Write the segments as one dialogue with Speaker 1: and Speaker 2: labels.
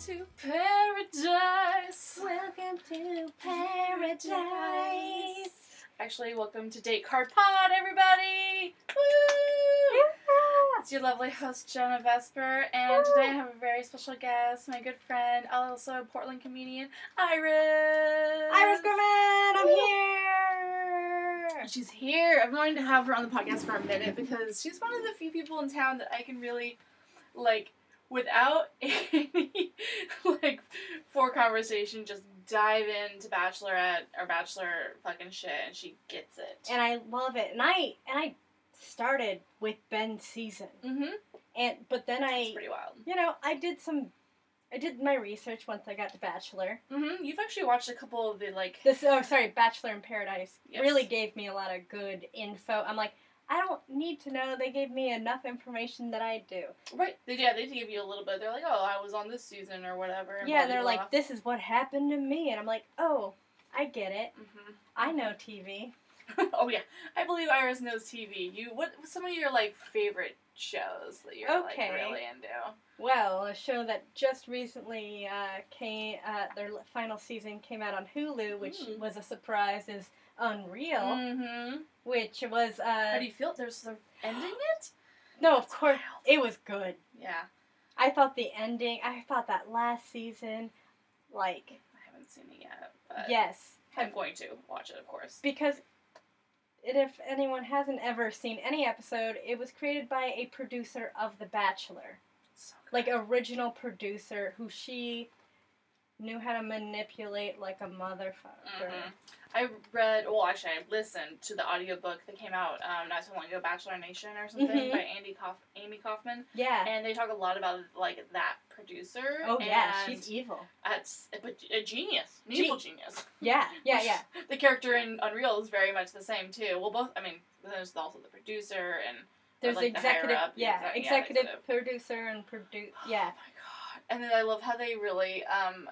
Speaker 1: to paradise.
Speaker 2: Welcome to
Speaker 1: paradise. Actually, welcome to Date Card Pod, everybody. Woo! It's your lovely host, Jenna Vesper, and
Speaker 2: Woo!
Speaker 1: today I have a very special guest, my good friend, also Portland comedian, Iris.
Speaker 2: Iris Gorman, I'm here.
Speaker 1: She's here. I've wanted to have her on the podcast for a minute because she's one of the few people in town that I can really, like, without any, like, for conversation, just dive into Bachelorette or Bachelor fucking shit, and she gets it.
Speaker 2: And I love it. And I and I started with Ben's season.
Speaker 1: mm-hmm.
Speaker 2: And but then
Speaker 1: It's
Speaker 2: I
Speaker 1: pretty wild.
Speaker 2: you know, I did some I did my research once I got to Bachelor.
Speaker 1: Mm-hmm. You've actually watched a couple of the, like,
Speaker 2: This oh sorry, Bachelor in Paradise
Speaker 1: Yes.
Speaker 2: really gave me a lot of good info. I'm like, I don't need to know. They gave me enough information that I do.
Speaker 1: right? They, yeah, they give you a little bit. They're like, oh, I was on this season or whatever. and
Speaker 2: Yeah,
Speaker 1: blah,
Speaker 2: they're
Speaker 1: blah,
Speaker 2: like, this is what happened to me. And I'm like, oh, I get it.
Speaker 1: blah. Mhm.
Speaker 2: I know TV.
Speaker 1: oh yeah, I believe Iris knows TV. You what? what's Some of your like favorite shows that you're
Speaker 2: Okay.
Speaker 1: like really into.
Speaker 2: Well, a show that just recently uh, came, uh, their l- final season came out on Hulu, which
Speaker 1: Mm.
Speaker 2: was a surprise, is Unreal,
Speaker 1: Mm-hmm.
Speaker 2: which was, uh,
Speaker 1: How do you feel? There's the ending it.
Speaker 2: no, of course, it was good.
Speaker 1: Yeah,
Speaker 2: I thought the ending, I thought that last season, like,
Speaker 1: I haven't seen it yet, but
Speaker 2: yes.
Speaker 1: I'm going to watch it, of course.
Speaker 2: Because it, if anyone hasn't ever seen any episode, it was created by a producer of The Bachelor.
Speaker 1: So good.
Speaker 2: like original producer who she knew how to manipulate like a motherfucker.
Speaker 1: Mhm. I read, well, actually, I listened to the audiobook that came out um, not so long ago, Bachelor Nation or something,
Speaker 2: Mhm.
Speaker 1: by Andy Kauf- Amy Kaufman,
Speaker 2: Yeah.
Speaker 1: and they talk a lot about like that producer.
Speaker 2: oh yeah,
Speaker 1: and
Speaker 2: she's evil.
Speaker 1: that's but a genius, an evil genius.
Speaker 2: Yeah, yeah,
Speaker 1: Which-
Speaker 2: yeah.
Speaker 1: The character in Unreal is very much the same too. Well, both. I mean, there's also the producer and
Speaker 2: There's
Speaker 1: like the higher
Speaker 2: executive,
Speaker 1: up, the
Speaker 2: yeah,
Speaker 1: exec- yeah,
Speaker 2: executive
Speaker 1: executive.
Speaker 2: producer and produce. Yeah,
Speaker 1: Oh my god! And then I love how they really um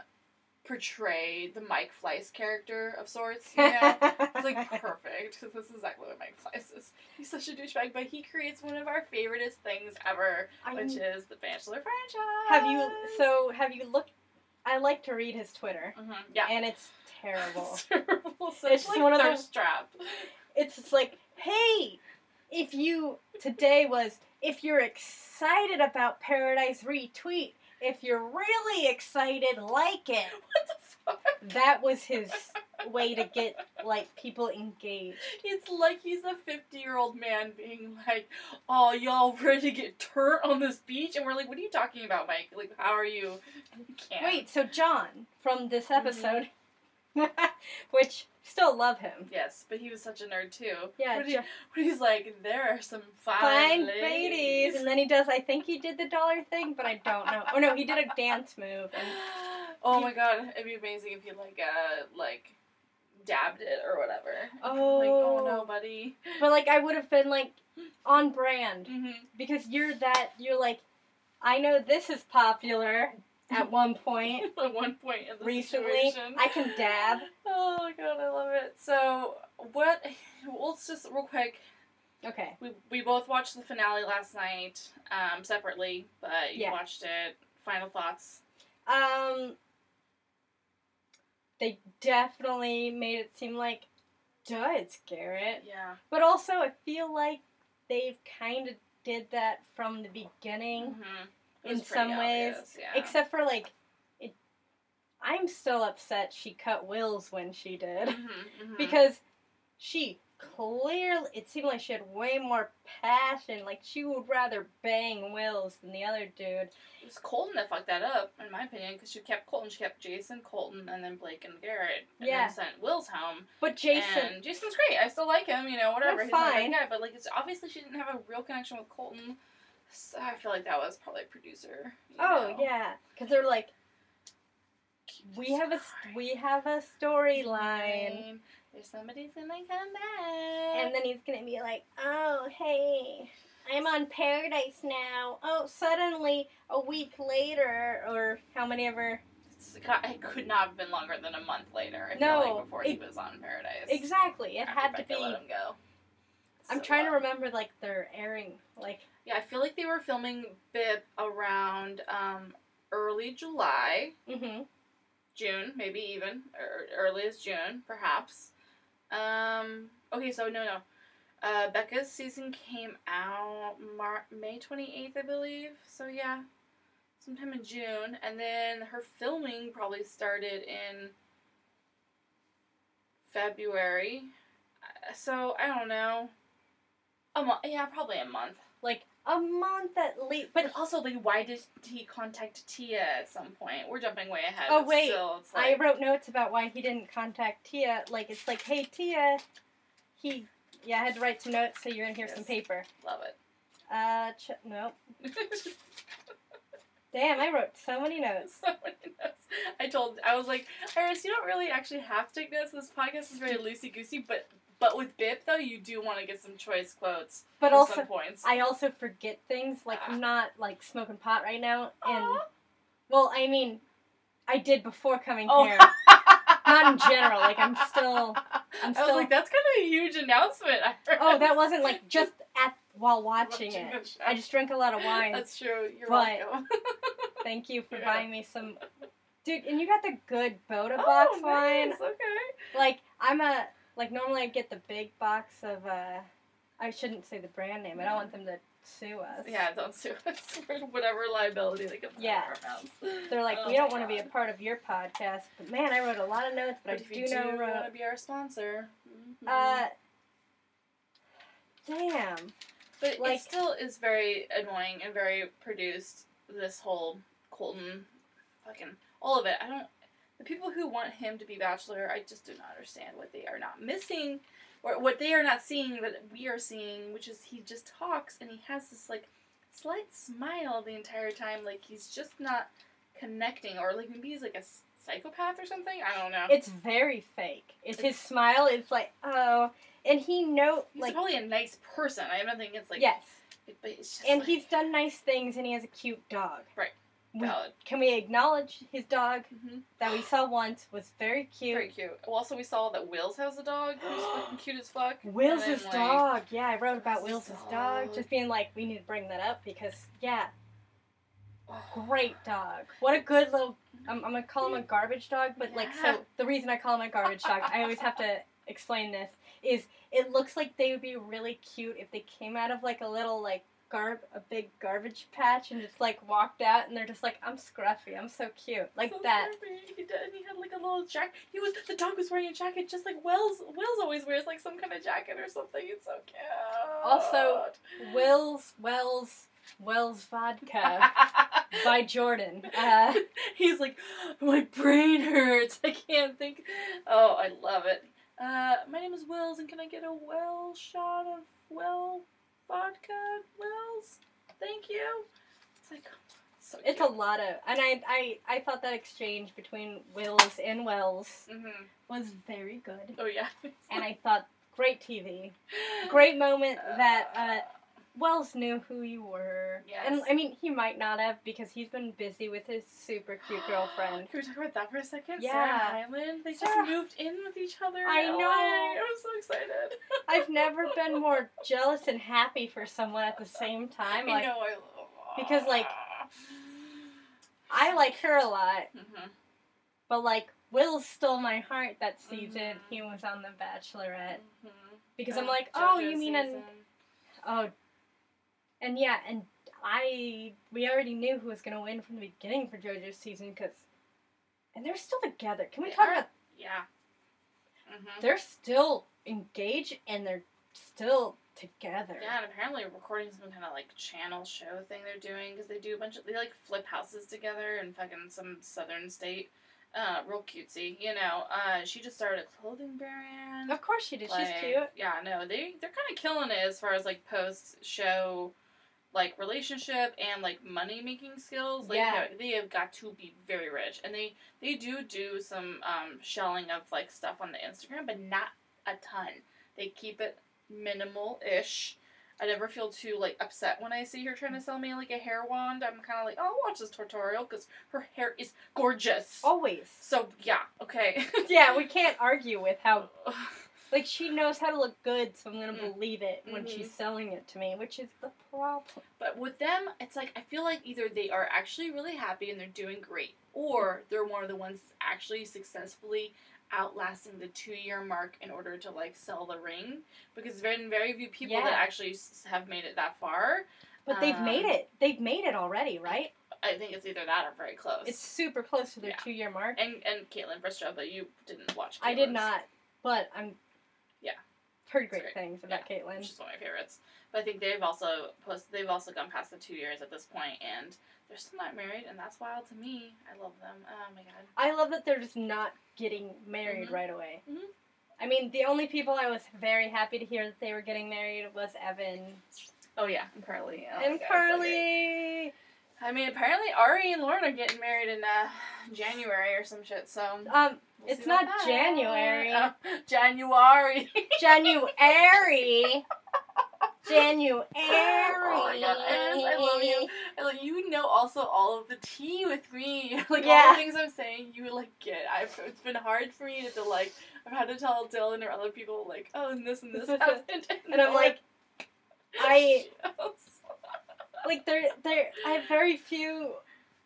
Speaker 1: portray the Mike Fleiss character of sorts. You know? it's like perfect because this is exactly what Mike Fleiss is. He's such a douchebag, but he creates one of our favoriteest things ever,
Speaker 2: I-
Speaker 1: which is the Bachelor franchise.
Speaker 2: have you so have you looked? I like to read his Twitter,
Speaker 1: hmm Yeah.
Speaker 2: and it's terrible.
Speaker 1: It's terrible. Such,
Speaker 2: It's
Speaker 1: like,
Speaker 2: one of those-
Speaker 1: thirst trap.
Speaker 2: it's just like, hey, if you today was if you're excited about Paradise, retweet. If you're really excited, like it.
Speaker 1: What the fuck?
Speaker 2: That was his way to get like people engaged.
Speaker 1: It's like he's a 50 year old man being like, Oh, y'all ready to get turnt on this beach? And we're like, What are you talking about, Mike? Like, how are you? You can't.
Speaker 2: Wait, so John from this episode, which still love him.
Speaker 1: Yes, but he was such a nerd too.
Speaker 2: Yeah,
Speaker 1: What he-
Speaker 2: Jo-
Speaker 1: what he's like, There are some fine,
Speaker 2: fine
Speaker 1: ladies.
Speaker 2: ladies, and then he does. I think he did the dollar thing, but I don't know. Oh no, he did a dance move. And,
Speaker 1: oh my god, it'd be amazing if he like, uh, like, dabbed it or whatever. Like, oh no,
Speaker 2: oh,
Speaker 1: buddy.
Speaker 2: but like I would have been like on brand
Speaker 1: hmm
Speaker 2: because you're that. You're like, I know this is popular at one point.
Speaker 1: At one point in the
Speaker 2: Recently,
Speaker 1: situation.
Speaker 2: I can dab.
Speaker 1: Oh my god, I love it. So, what? Well, let's just real quick.
Speaker 2: Okay,
Speaker 1: We, we both watched the finale last night, um, separately, but you
Speaker 2: Yeah.
Speaker 1: watched it. Final thoughts.
Speaker 2: Um, they definitely made it seem like, duh, it's Garrett.
Speaker 1: Yeah.
Speaker 2: But also, I feel like they've kind of did that from the beginning,
Speaker 1: Mhm. It
Speaker 2: In
Speaker 1: was pretty
Speaker 2: some ways,
Speaker 1: obvious, yeah.
Speaker 2: except for like, it. I'm still upset she cut Will's when she did
Speaker 1: Mhm, mhm.
Speaker 2: because she clearly it seemed like she had way more passion. Like she would rather bang Will's than the other dude.
Speaker 1: it was Colton that fucked that up, in my opinion, because she kept Colton, she kept Jason, Colton, and then Blake and Garrett, and
Speaker 2: Yeah.
Speaker 1: then sent Will's home.
Speaker 2: But Jason,
Speaker 1: And Jason's great. I still like him, you know, whatever.
Speaker 2: That's
Speaker 1: He's not a
Speaker 2: fine.
Speaker 1: bad guy, but like, it's obviously she didn't have a real connection with Colton. So I feel like that was probably producer. you
Speaker 2: Oh
Speaker 1: know.
Speaker 2: yeah, because they're like, we have a
Speaker 1: story.
Speaker 2: we have a
Speaker 1: Mm-hmm.
Speaker 2: storyline,
Speaker 1: There's somebody's gonna come back.
Speaker 2: and then he's gonna be like, oh hey, I'm on Paradise now. Oh, suddenly a week later, or how many ever
Speaker 1: It's- it could not have been longer than a month later. I
Speaker 2: No,
Speaker 1: feel like before he
Speaker 2: it-
Speaker 1: was on Paradise.
Speaker 2: exactly? It
Speaker 1: After
Speaker 2: had to
Speaker 1: Becca
Speaker 2: be.
Speaker 1: Let him go.
Speaker 2: I'm
Speaker 1: So,
Speaker 2: trying to
Speaker 1: uh,
Speaker 2: remember like their airing, like
Speaker 1: Yeah, I feel like they were filming Bip around um early July,
Speaker 2: Mm-hmm.
Speaker 1: June, maybe even or early as June, perhaps. Um. Okay, so no, no. Uh, Becca's season came out Mar- May twenty eighth, I believe. So yeah, sometime in June, and then her filming probably started in February. Uh, So I don't know. A month, yeah, probably a month.
Speaker 2: Like a month at least. But
Speaker 1: But also, like, why did he contact Tia at some point? We're jumping way ahead.
Speaker 2: Oh,
Speaker 1: but
Speaker 2: wait.
Speaker 1: still, it's
Speaker 2: I
Speaker 1: like,
Speaker 2: wrote notes about why he didn't contact Tia. Like it's like, hey Tia, he. Yeah, I had to write some notes, so you're gonna hear some
Speaker 1: Yes.
Speaker 2: paper.
Speaker 1: love
Speaker 2: Uh, ch- no.
Speaker 1: it.
Speaker 2: Damn, I wrote so many notes.
Speaker 1: Someone knows. I told I was like, Iris, you don't really actually have to take notes. This podcast is very loosey goosey, but but with Bip though, you do want to get some choice quotes
Speaker 2: But
Speaker 1: at
Speaker 2: also,
Speaker 1: some points.
Speaker 2: I also forget things. Like
Speaker 1: Ah.
Speaker 2: I'm not like smoking pot right now, and
Speaker 1: Aw.
Speaker 2: well, I mean, I did before coming
Speaker 1: Oh.
Speaker 2: here. Not in general. Like I'm still. I'm
Speaker 1: I
Speaker 2: still.
Speaker 1: was like, that's kind of a huge announcement. Iris.
Speaker 2: oh, that wasn't like just at while watching
Speaker 1: Watching
Speaker 2: it.
Speaker 1: the show.
Speaker 2: I just drank a lot of wine.
Speaker 1: That's true. You're
Speaker 2: But-
Speaker 1: welcome.
Speaker 2: Thank you for
Speaker 1: Yeah.
Speaker 2: buying me some. Dude, and you got the good Boda box
Speaker 1: Oh,
Speaker 2: wine.
Speaker 1: nice. Okay.
Speaker 2: Like I'm a like normally I get the big box of uh I shouldn't say the brand name. I don't want them to sue us.
Speaker 1: Yeah, don't sue us for whatever liability that comes
Speaker 2: Yeah.
Speaker 1: out of our mouths.
Speaker 2: They're like,
Speaker 1: Oh
Speaker 2: we don't
Speaker 1: my
Speaker 2: want to be a
Speaker 1: God.
Speaker 2: part of your podcast. But man, I wrote a lot of notes,
Speaker 1: But
Speaker 2: but, I
Speaker 1: if
Speaker 2: do
Speaker 1: you do uh,
Speaker 2: know wrote,
Speaker 1: want to be our sponsor, mhm.
Speaker 2: uh Damn.
Speaker 1: Um, But
Speaker 2: Like-
Speaker 1: it still is very annoying and very produced. This whole Colton, fucking all of it. I don't. The people who want him to be bachelor, I just do not understand what they are not missing, or what they are not seeing that we are seeing, which is he just talks and he has this like slight smile the entire time, like he's just not connecting, or like maybe he's like a s- psychopath or something. I don't know.
Speaker 2: It's very fake. It's his smile, it's like, oh and he know
Speaker 1: he's
Speaker 2: like
Speaker 1: probably a nice person. I have nothing against like.
Speaker 2: Yes.
Speaker 1: But it's just
Speaker 2: And
Speaker 1: like,
Speaker 2: he's done nice things and he has a cute dog.
Speaker 1: Right.
Speaker 2: We,
Speaker 1: valid.
Speaker 2: can we acknowledge his dog
Speaker 1: hmm
Speaker 2: that we saw once was very cute?
Speaker 1: Very cute. Well, also we saw that Wills has a dog. Who's fucking cute as fuck.
Speaker 2: Will's
Speaker 1: And then,
Speaker 2: his
Speaker 1: like, Oh.
Speaker 2: dog. Yeah, I wrote about Will's
Speaker 1: Will's
Speaker 2: his
Speaker 1: his
Speaker 2: dog.
Speaker 1: dog.
Speaker 2: Just being like, we need to bring that up because yeah,
Speaker 1: oh,
Speaker 2: great dog. What a good little. I'm, I'm gonna call him a garbage dog, but like so
Speaker 1: Yeah.
Speaker 2: the reason I call him a garbage dog, I always have to explain this is it looks like they would be really cute if they came out of like a little like garb a big garbage patch and just like walked out and they're just like I'm scruffy, I'm so cute like
Speaker 1: so
Speaker 2: that.
Speaker 1: scruffy. He did. He had like a little jacket. He was the dog was wearing a jacket just like Wells. Wells always wears like some kind of jacket or something. It's so cute.
Speaker 2: Also- Will's Wells Wells vodka by Jordan. Uh,
Speaker 1: he's like, my brain hurts. I can't think. Oh, I love it. Uh, my name is Wells, and can I get a well shot of well vodka, Wells? Thank you. It's like so.
Speaker 2: It's a lot of, and I, I, I thought that exchange between Wills and Wells
Speaker 1: Mm-hmm.
Speaker 2: was very good,
Speaker 1: Oh yeah.
Speaker 2: and I thought great TV, great moment that uh,
Speaker 1: Uh,
Speaker 2: Wells knew who you were, and
Speaker 1: Yes.
Speaker 2: I mean he might not have because he's been busy with his super cute girlfriend.
Speaker 1: Can we talk about that for a second?
Speaker 2: Yeah.
Speaker 1: Sarah and Hyland. They
Speaker 2: Sarah-
Speaker 1: just moved in with each other.
Speaker 2: I
Speaker 1: in LA.
Speaker 2: know.
Speaker 1: I'm so excited.
Speaker 2: I've never been more jealous and happy for someone at the same
Speaker 1: I
Speaker 2: time. Like
Speaker 1: know. I
Speaker 2: Because, like- I like her a lot,
Speaker 1: Mhm.
Speaker 2: but like Will stole my heart that season
Speaker 1: Mhm.
Speaker 2: he was on The Bachelorette
Speaker 1: Mhm.
Speaker 2: because I'm
Speaker 1: Uh,
Speaker 2: like, oh,
Speaker 1: JoJo
Speaker 2: you mean an
Speaker 1: season.
Speaker 2: Oh, and yeah, and I we already knew who was gonna win from the beginning for JoJo's season because, and they're still together. Can we
Speaker 1: They
Speaker 2: talk
Speaker 1: are.
Speaker 2: about?
Speaker 1: Yeah. Mm-hmm.
Speaker 2: They're still engaged and they're still together.
Speaker 1: Yeah, and apparently recording some kind of like channel show thing they're doing because they do a bunch of they like flip houses together in fucking some southern state. Uh, real cutesy, you know. Uh, she just started a clothing brand.
Speaker 2: Of course she did. She's
Speaker 1: Like,
Speaker 2: cute.
Speaker 1: Yeah, no, they they're kind of killing it as far as like post show, like relationship and like money making skills. Like,
Speaker 2: Yeah.
Speaker 1: they have got to be very rich, and they they do do some um, shelling of like stuff on the Instagram, but not a ton. They keep it minimal ish. I never feel too like upset when I see her trying to sell me like a hair wand. I'm kind of like, oh, I'll watch this tutorial because her hair is gorgeous.
Speaker 2: Oh. Always.
Speaker 1: So yeah, okay.
Speaker 2: Yeah, we can't argue with how Like she knows how to look good, so I'm gonna
Speaker 1: Mm.
Speaker 2: believe it when
Speaker 1: Mhm.
Speaker 2: she's selling it to me, which is the problem.
Speaker 1: But with them, it's like I feel like either they are actually really happy and they're doing great, or they're one of the ones actually successfully outlasting the two-year mark in order to like sell the ring. Because very very few people that
Speaker 2: Yeah.
Speaker 1: actually s- have made it that far.
Speaker 2: But they've
Speaker 1: Um,
Speaker 2: made it. They've made it already, right?
Speaker 1: I think it's either that or very close.
Speaker 2: It's super close to their
Speaker 1: Yeah.
Speaker 2: two year mark.
Speaker 1: and and Caitlyn Bristow, but you didn't watch.
Speaker 2: I did
Speaker 1: Caitlyn's,
Speaker 2: not, but I'm.
Speaker 1: Yeah.
Speaker 2: Heard
Speaker 1: It's
Speaker 2: great,
Speaker 1: great.
Speaker 2: things about Caitlyn.
Speaker 1: which is one of my favorites. But I think they've also post they've also gone past the two years at this point, and they're still not married, and that's wild to me. I love them. Oh my god.
Speaker 2: I love that they're just not getting married
Speaker 1: Mhm.
Speaker 2: right away.
Speaker 1: Mhm.
Speaker 2: I mean, the only people I was very happy to hear that they were getting married was Evan
Speaker 1: Oh yeah, and Carly. Oh my
Speaker 2: and
Speaker 1: God, so great.
Speaker 2: Carly.
Speaker 1: I mean, apparently Ari and Lauren are getting married in uh, January or some shit. So
Speaker 2: Um,
Speaker 1: we'll see
Speaker 2: It's
Speaker 1: about
Speaker 2: not
Speaker 1: that.
Speaker 2: January.
Speaker 1: Oh, January.
Speaker 2: January. January.
Speaker 1: Oh my God, Erin, I love you. I like you know also all of the tea with me. Like all
Speaker 2: Yeah.
Speaker 1: the things I'm saying, you like get. I've it's been hard for me to like. I've had to tell Dylan or other people like, oh, and this and this happened,
Speaker 2: And I'm like, I
Speaker 1: Yes.
Speaker 2: like there there I have very few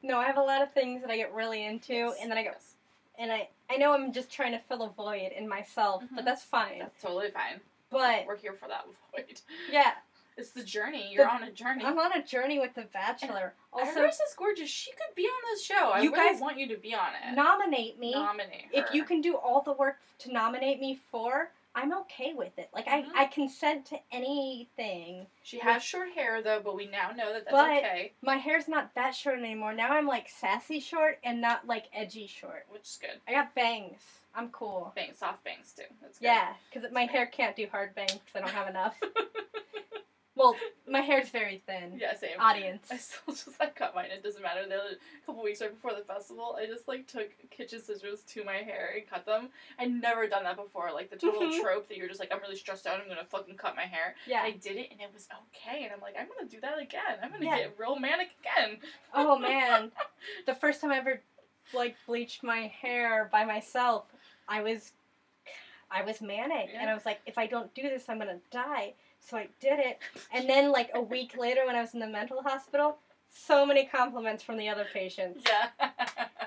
Speaker 2: no, I have a lot of things that I get really into and then I go
Speaker 1: Yes.
Speaker 2: and I I know I'm just trying to fill a void in myself,
Speaker 1: Mhm.
Speaker 2: but that's fine.
Speaker 1: That's totally fine.
Speaker 2: But
Speaker 1: we're here for that void.
Speaker 2: yeah,
Speaker 1: It's the journey. You're
Speaker 2: The-
Speaker 1: on a journey.
Speaker 2: I'm on a journey with The Bachelor. Also,
Speaker 1: Iris is gorgeous. She could be on this show. I
Speaker 2: You
Speaker 1: really
Speaker 2: guys-
Speaker 1: want you to be on it.
Speaker 2: nominate me.
Speaker 1: Nominate her.
Speaker 2: If you can do all the work to nominate me for, I'm okay with it. Like
Speaker 1: Mhm.
Speaker 2: I I consent to anything.
Speaker 1: She has short hair though, but we now know that that's
Speaker 2: But-
Speaker 1: okay,
Speaker 2: My hair's not that short anymore. Now I'm like sassy short and not like edgy short.
Speaker 1: which is good.
Speaker 2: I got bangs. I'm cool.
Speaker 1: Bangs, soft bangs too. That's good.
Speaker 2: Yeah, because my hair can't do hard bangs 'cause I don't have enough. well, my hair's very thin.
Speaker 1: Yeah, same.
Speaker 2: Audience.
Speaker 1: I still just I cut mine. It doesn't matter. The other couple weeks right before the festival, I just like took kitchen scissors to my hair and cut them. I'd never done that before. Like the total
Speaker 2: Mhm.
Speaker 1: trope that you're just like, I'm really stressed out. I'm gonna fucking cut my hair.
Speaker 2: Yeah.
Speaker 1: I did it and it was okay. And I'm like, I'm gonna do that again. I'm gonna
Speaker 2: Yeah.
Speaker 1: get real manic again.
Speaker 2: Oh man, the first time I ever like bleached my hair by myself, I was, I was manic, and I was like, if I don't do this, I'm gonna die. So I did it, and then like a week later, when I was in the mental hospital, so many compliments from the other patients,
Speaker 1: Yeah.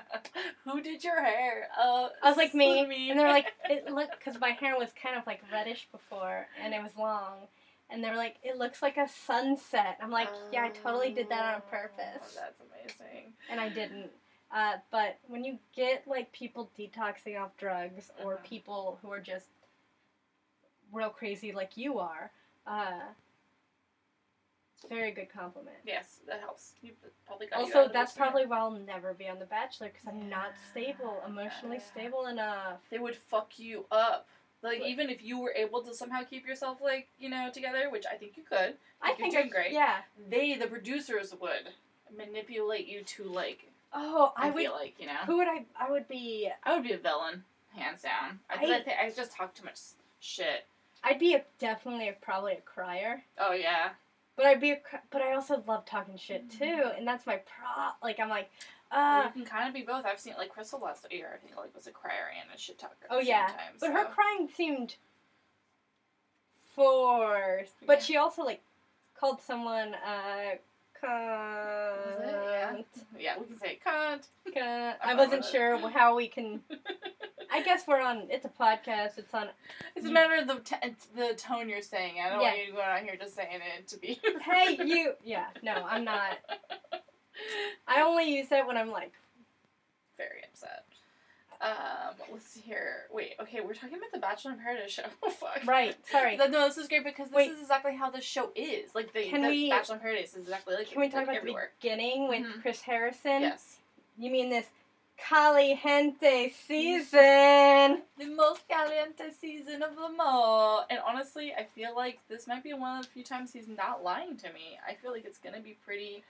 Speaker 1: Who did your hair? Uh,
Speaker 2: I was like, me.
Speaker 1: me.
Speaker 2: and they're like, it look, because my hair was kind of like reddish before, and it was long. And they were like, it looks like a sunset. I'm like, yeah, I totally did that on
Speaker 1: Oh,
Speaker 2: purpose.
Speaker 1: That's amazing.
Speaker 2: and I didn't. Uh, but when you get like people detoxing off drugs or
Speaker 1: Uh-huh.
Speaker 2: people who are just real crazy like you are, uh, it's a very good compliment.
Speaker 1: Yes, that helps. You probably got you out
Speaker 2: Also,
Speaker 1: of
Speaker 2: that's
Speaker 1: this one.
Speaker 2: probably why I'll never be on The Bachelor because I'm not
Speaker 1: Yeah.
Speaker 2: stable, emotionally stable enough.
Speaker 1: they would fuck you up. Like
Speaker 2: But-
Speaker 1: even if you were able to somehow keep yourself like you know together, which I think you could,
Speaker 2: I
Speaker 1: You're
Speaker 2: think
Speaker 1: doing
Speaker 2: I-
Speaker 1: great.
Speaker 2: Yeah.
Speaker 1: they the producers would manipulate you to like.
Speaker 2: Oh,
Speaker 1: I,
Speaker 2: I, would.
Speaker 1: feel like you know
Speaker 2: Who would I? I would be.
Speaker 1: I would be a villain hands down. I, 'cause I,
Speaker 2: I-
Speaker 1: think I just talk too much s- shit.
Speaker 2: I'd be a, definitely a, probably a crier.
Speaker 1: Oh yeah,
Speaker 2: But I'd be, a, cr- but I also love talking shit
Speaker 1: Mm-hmm.
Speaker 2: too, and that's my pro. Like I'm like, uh,
Speaker 1: you can kind of be both. I've seen like Crystal last year. I think like was a crier and a shit talker. at
Speaker 2: Oh,
Speaker 1: the same
Speaker 2: yeah.
Speaker 1: time,
Speaker 2: But
Speaker 1: so.
Speaker 2: her crying seemed forced.
Speaker 1: Yeah.
Speaker 2: But she also like called someone uh
Speaker 1: Was it? Yeah.
Speaker 2: cunt.
Speaker 1: yeah, we can say cunt.
Speaker 2: cunt.
Speaker 1: I
Speaker 2: I wasn't
Speaker 1: love it.
Speaker 2: sure how we can. I guess we're on. It's a podcast. It's on.
Speaker 1: It's a matter of the t- it's the tone you're saying. I don't want
Speaker 2: Yeah.
Speaker 1: you to go out here just saying it to be.
Speaker 2: Hey you. Yeah. No, I'm not. I only use that when I'm like.
Speaker 1: very upset. Um, let's see here. Wait, okay, we're talking about the Bachelor in Paradise show. Oh, fuck.
Speaker 2: Right. Sorry.
Speaker 1: Th- No, this is great because this
Speaker 2: Wait.
Speaker 1: is exactly how the show is. Like the,
Speaker 2: Can
Speaker 1: the
Speaker 2: we-
Speaker 1: Bachelor in Paradise is exactly like
Speaker 2: Can we talk
Speaker 1: like
Speaker 2: about
Speaker 1: everywhere?
Speaker 2: the beginning with
Speaker 1: Mhm.
Speaker 2: Chris Harrison?
Speaker 1: Yes.
Speaker 2: You mean this caliente season?
Speaker 1: The most caliente season of them all. And honestly, I feel like this might be one of the few times he's not lying to me. I feel like it's gonna be pretty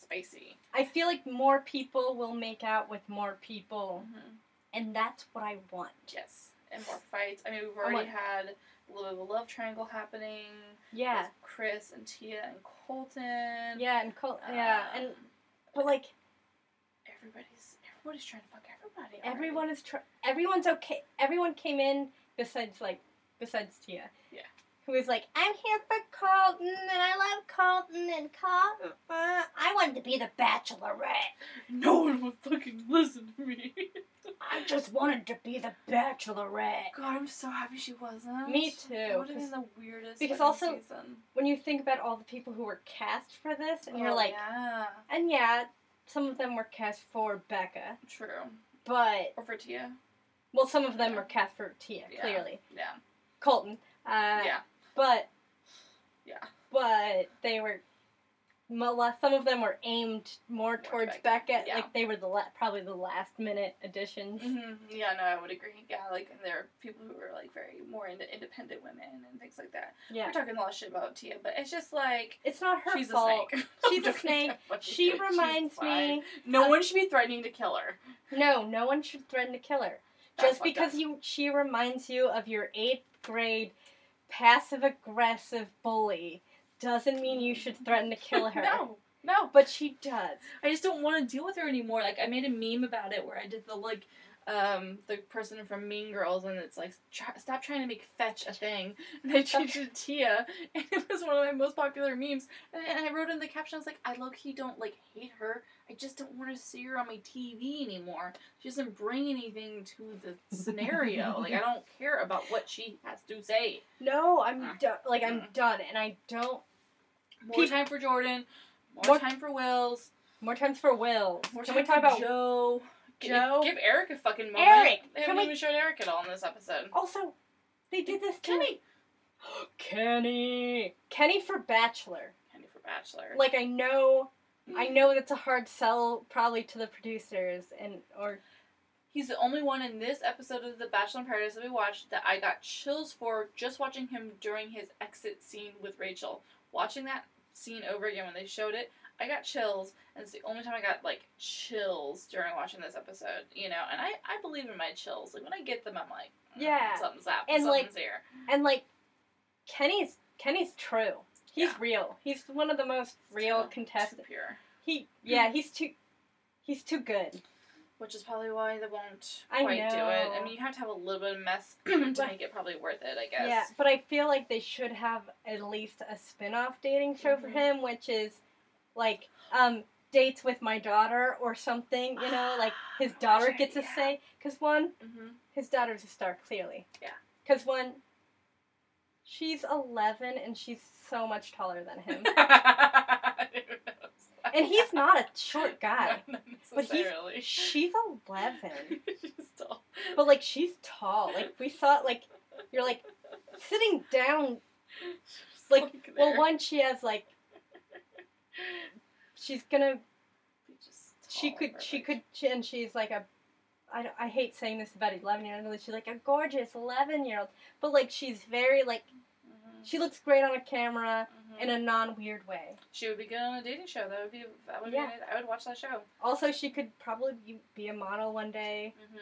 Speaker 1: spicy.
Speaker 2: I feel like more people will make out with more people,
Speaker 1: Mm-hmm.
Speaker 2: and that's what I want.
Speaker 1: Yes. And more fights. I mean, we've
Speaker 2: I'm
Speaker 1: already
Speaker 2: like-
Speaker 1: had a little bit of a love triangle happening.
Speaker 2: Yeah,
Speaker 1: with Chris and Tia and Colton.
Speaker 2: yeah, and Col- yeah, and
Speaker 1: Um,
Speaker 2: but like
Speaker 1: everybody's everybody's trying to fuck everybody. already.
Speaker 2: everyone is tr- everyone's okay. Everyone came in besides like besides Tia.
Speaker 1: Yeah.
Speaker 2: Who is like, I'm here for Carlton and I love Carlton and Carlton. I wanted to be the Bachelorette.
Speaker 1: No one would fucking listen to me.
Speaker 2: I just wanted to be the Bachelorette.
Speaker 1: God, I'm so happy she wasn't.
Speaker 2: Me
Speaker 1: That
Speaker 2: too,
Speaker 1: would have been the weirdest.
Speaker 2: because
Speaker 1: fucking
Speaker 2: also-
Speaker 1: season.
Speaker 2: When you think about all the people who were cast for this, and you're
Speaker 1: Oh,
Speaker 2: like,
Speaker 1: yeah,
Speaker 2: and yeah, some of them were cast for Becca,
Speaker 1: true.
Speaker 2: but
Speaker 1: Or for Tia.
Speaker 2: well, some of them were cast for Tia,
Speaker 1: Yeah.
Speaker 2: clearly
Speaker 1: Yeah,
Speaker 2: Colton. Uh,
Speaker 1: yeah,
Speaker 2: But
Speaker 1: yeah.
Speaker 2: but they were mo- some of them were aimed more towards Becca.
Speaker 1: yeah.
Speaker 2: Like they were the la- probably the last minute additions.
Speaker 1: hmm Yeah, no, I would agree. Yeah, like and there are people who are like very more into independent women and things like that.
Speaker 2: Yeah,
Speaker 1: We're talking a lot of shit about Tia, but it's just like
Speaker 2: it's not her
Speaker 1: she's
Speaker 2: fault.
Speaker 1: a snake.
Speaker 2: She's a
Speaker 1: Don't
Speaker 2: snake.
Speaker 1: get that
Speaker 2: She
Speaker 1: funny.
Speaker 2: reminds
Speaker 1: She's fine.
Speaker 2: me.
Speaker 1: No
Speaker 2: of-
Speaker 1: one should be threatening to kill her.
Speaker 2: No, no one should threaten to kill her.
Speaker 1: That's
Speaker 2: Just
Speaker 1: fucked
Speaker 2: because
Speaker 1: up.
Speaker 2: you, she reminds you of your eighth grade passive aggressive bully doesn't mean you should threaten to kill her.
Speaker 1: no, no.
Speaker 2: But she does.
Speaker 1: I just don't want to deal with her anymore. Like I made a meme about it where I did the like um the person from Mean Girls and it's like try, stop trying to make fetch a thing and I changed it to Tia and it was one of my most popular memes and, and I wrote in the caption I was like I low key don't like hate her I just don't want to see her on my TV anymore she doesn't bring anything to the scenario like I don't care about what she has to say
Speaker 2: No, I'm
Speaker 1: Mm.
Speaker 2: done. Like I'm
Speaker 1: Mm.
Speaker 2: done, and I don't.
Speaker 1: more
Speaker 2: Pe-
Speaker 1: time for Jordan more,
Speaker 2: More-
Speaker 1: time for Wills
Speaker 2: More times for Will.
Speaker 1: more
Speaker 2: Can
Speaker 1: time
Speaker 2: we talk
Speaker 1: for
Speaker 2: about
Speaker 1: Joe Give-
Speaker 2: Joe?
Speaker 1: Give Eric a fucking moment.
Speaker 2: Eric,
Speaker 1: They
Speaker 2: can
Speaker 1: haven't
Speaker 2: we-
Speaker 1: even showed Eric at all in this episode.
Speaker 2: Also, they did this to
Speaker 1: Kenny.
Speaker 2: Kenny. Kenny for Bachelor.
Speaker 1: Kenny for Bachelor.
Speaker 2: Like I know, I know that's a hard sell probably to the producers and or
Speaker 1: He's the only one in this episode of The Bachelor in Paradise that we watched that I got chills for just watching him during his exit scene with Rachel. Watching that scene over again when they showed it, I got chills, and it's the only time I got like chills during watching this episode, you know. And I, I believe in my chills. Like when I get them, I'm like, mm,
Speaker 2: Yeah.
Speaker 1: something's up,
Speaker 2: And, like,
Speaker 1: something's here.
Speaker 2: and like Kenny's Kenny's true. He's
Speaker 1: Yeah.
Speaker 2: real. He's one of the most real
Speaker 1: Too
Speaker 2: contestants.
Speaker 1: pure,
Speaker 2: He yeah, he's too he's too good.
Speaker 1: which is probably why they won't
Speaker 2: I
Speaker 1: quite do it. I
Speaker 2: know.
Speaker 1: mean, you have to have a little bit of mess to
Speaker 2: But-
Speaker 1: make it probably worth it, I guess.
Speaker 2: Yeah, but I feel like they should have at least a spin-off dating show for
Speaker 1: Mhm.
Speaker 2: him which is like um dates with my daughter or something, you know, like his
Speaker 1: Ah,
Speaker 2: daughter
Speaker 1: okay,
Speaker 2: gets a
Speaker 1: yeah.
Speaker 2: say cuz one
Speaker 1: hmm
Speaker 2: His daughter's a star, clearly.
Speaker 1: Yeah.
Speaker 2: Because one, she's 11 and she's so much taller than him. and he's not a short guy.
Speaker 1: Not
Speaker 2: but he's-
Speaker 1: necessarily.
Speaker 2: She's 11.
Speaker 1: She's tall.
Speaker 2: But, like, she's tall. Like, we saw, like, you're like sitting down.
Speaker 1: She's
Speaker 2: Like, Well,
Speaker 1: there.
Speaker 2: one, she has, like, she's gonna,
Speaker 1: She's just
Speaker 2: she
Speaker 1: tall,
Speaker 2: could,
Speaker 1: or,
Speaker 2: she
Speaker 1: like,
Speaker 2: could, she, and she's like a, I, don't- I hate saying this about 11 year olds, she's like a gorgeous 11 year old. But, like, she's very, like,
Speaker 1: mhm,
Speaker 2: she looks great on a camera
Speaker 1: mhm.
Speaker 2: in a non weird way.
Speaker 1: she would be good on a dating show. That would be. That would
Speaker 2: Yeah.
Speaker 1: be. good. I would watch that show.
Speaker 2: Also, she could probably be- be a model one day
Speaker 1: hmm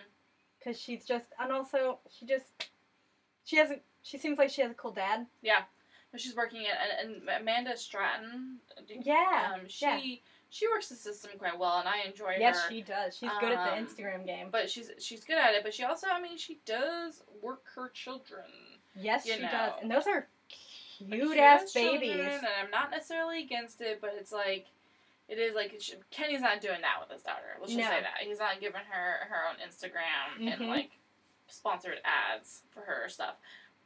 Speaker 2: because she's just, and also she just, she has, a, she seems like she has a cool dad.
Speaker 1: But she's working at and, and Amanda Stratton. do you-
Speaker 2: Yeah,
Speaker 1: Um, she
Speaker 2: yeah.
Speaker 1: she works the system quite well, and I enjoy
Speaker 2: Yes,
Speaker 1: her.
Speaker 2: she does. She's good at the
Speaker 1: Um,
Speaker 2: Instagram game.
Speaker 1: But she's she's good at it. But she also, I mean, she does work her children.
Speaker 2: Yes,
Speaker 1: you
Speaker 2: she
Speaker 1: know,
Speaker 2: does, and those are
Speaker 1: Like,
Speaker 2: cute
Speaker 1: she
Speaker 2: ass
Speaker 1: has children,
Speaker 2: babies.
Speaker 1: and I'm not necessarily against it, but it's like, it is like it should, Kenny's not doing that with his daughter. Let's just
Speaker 2: No.
Speaker 1: say that he's not giving her her own Instagram and
Speaker 2: Mhm.
Speaker 1: like sponsored ads for her stuff.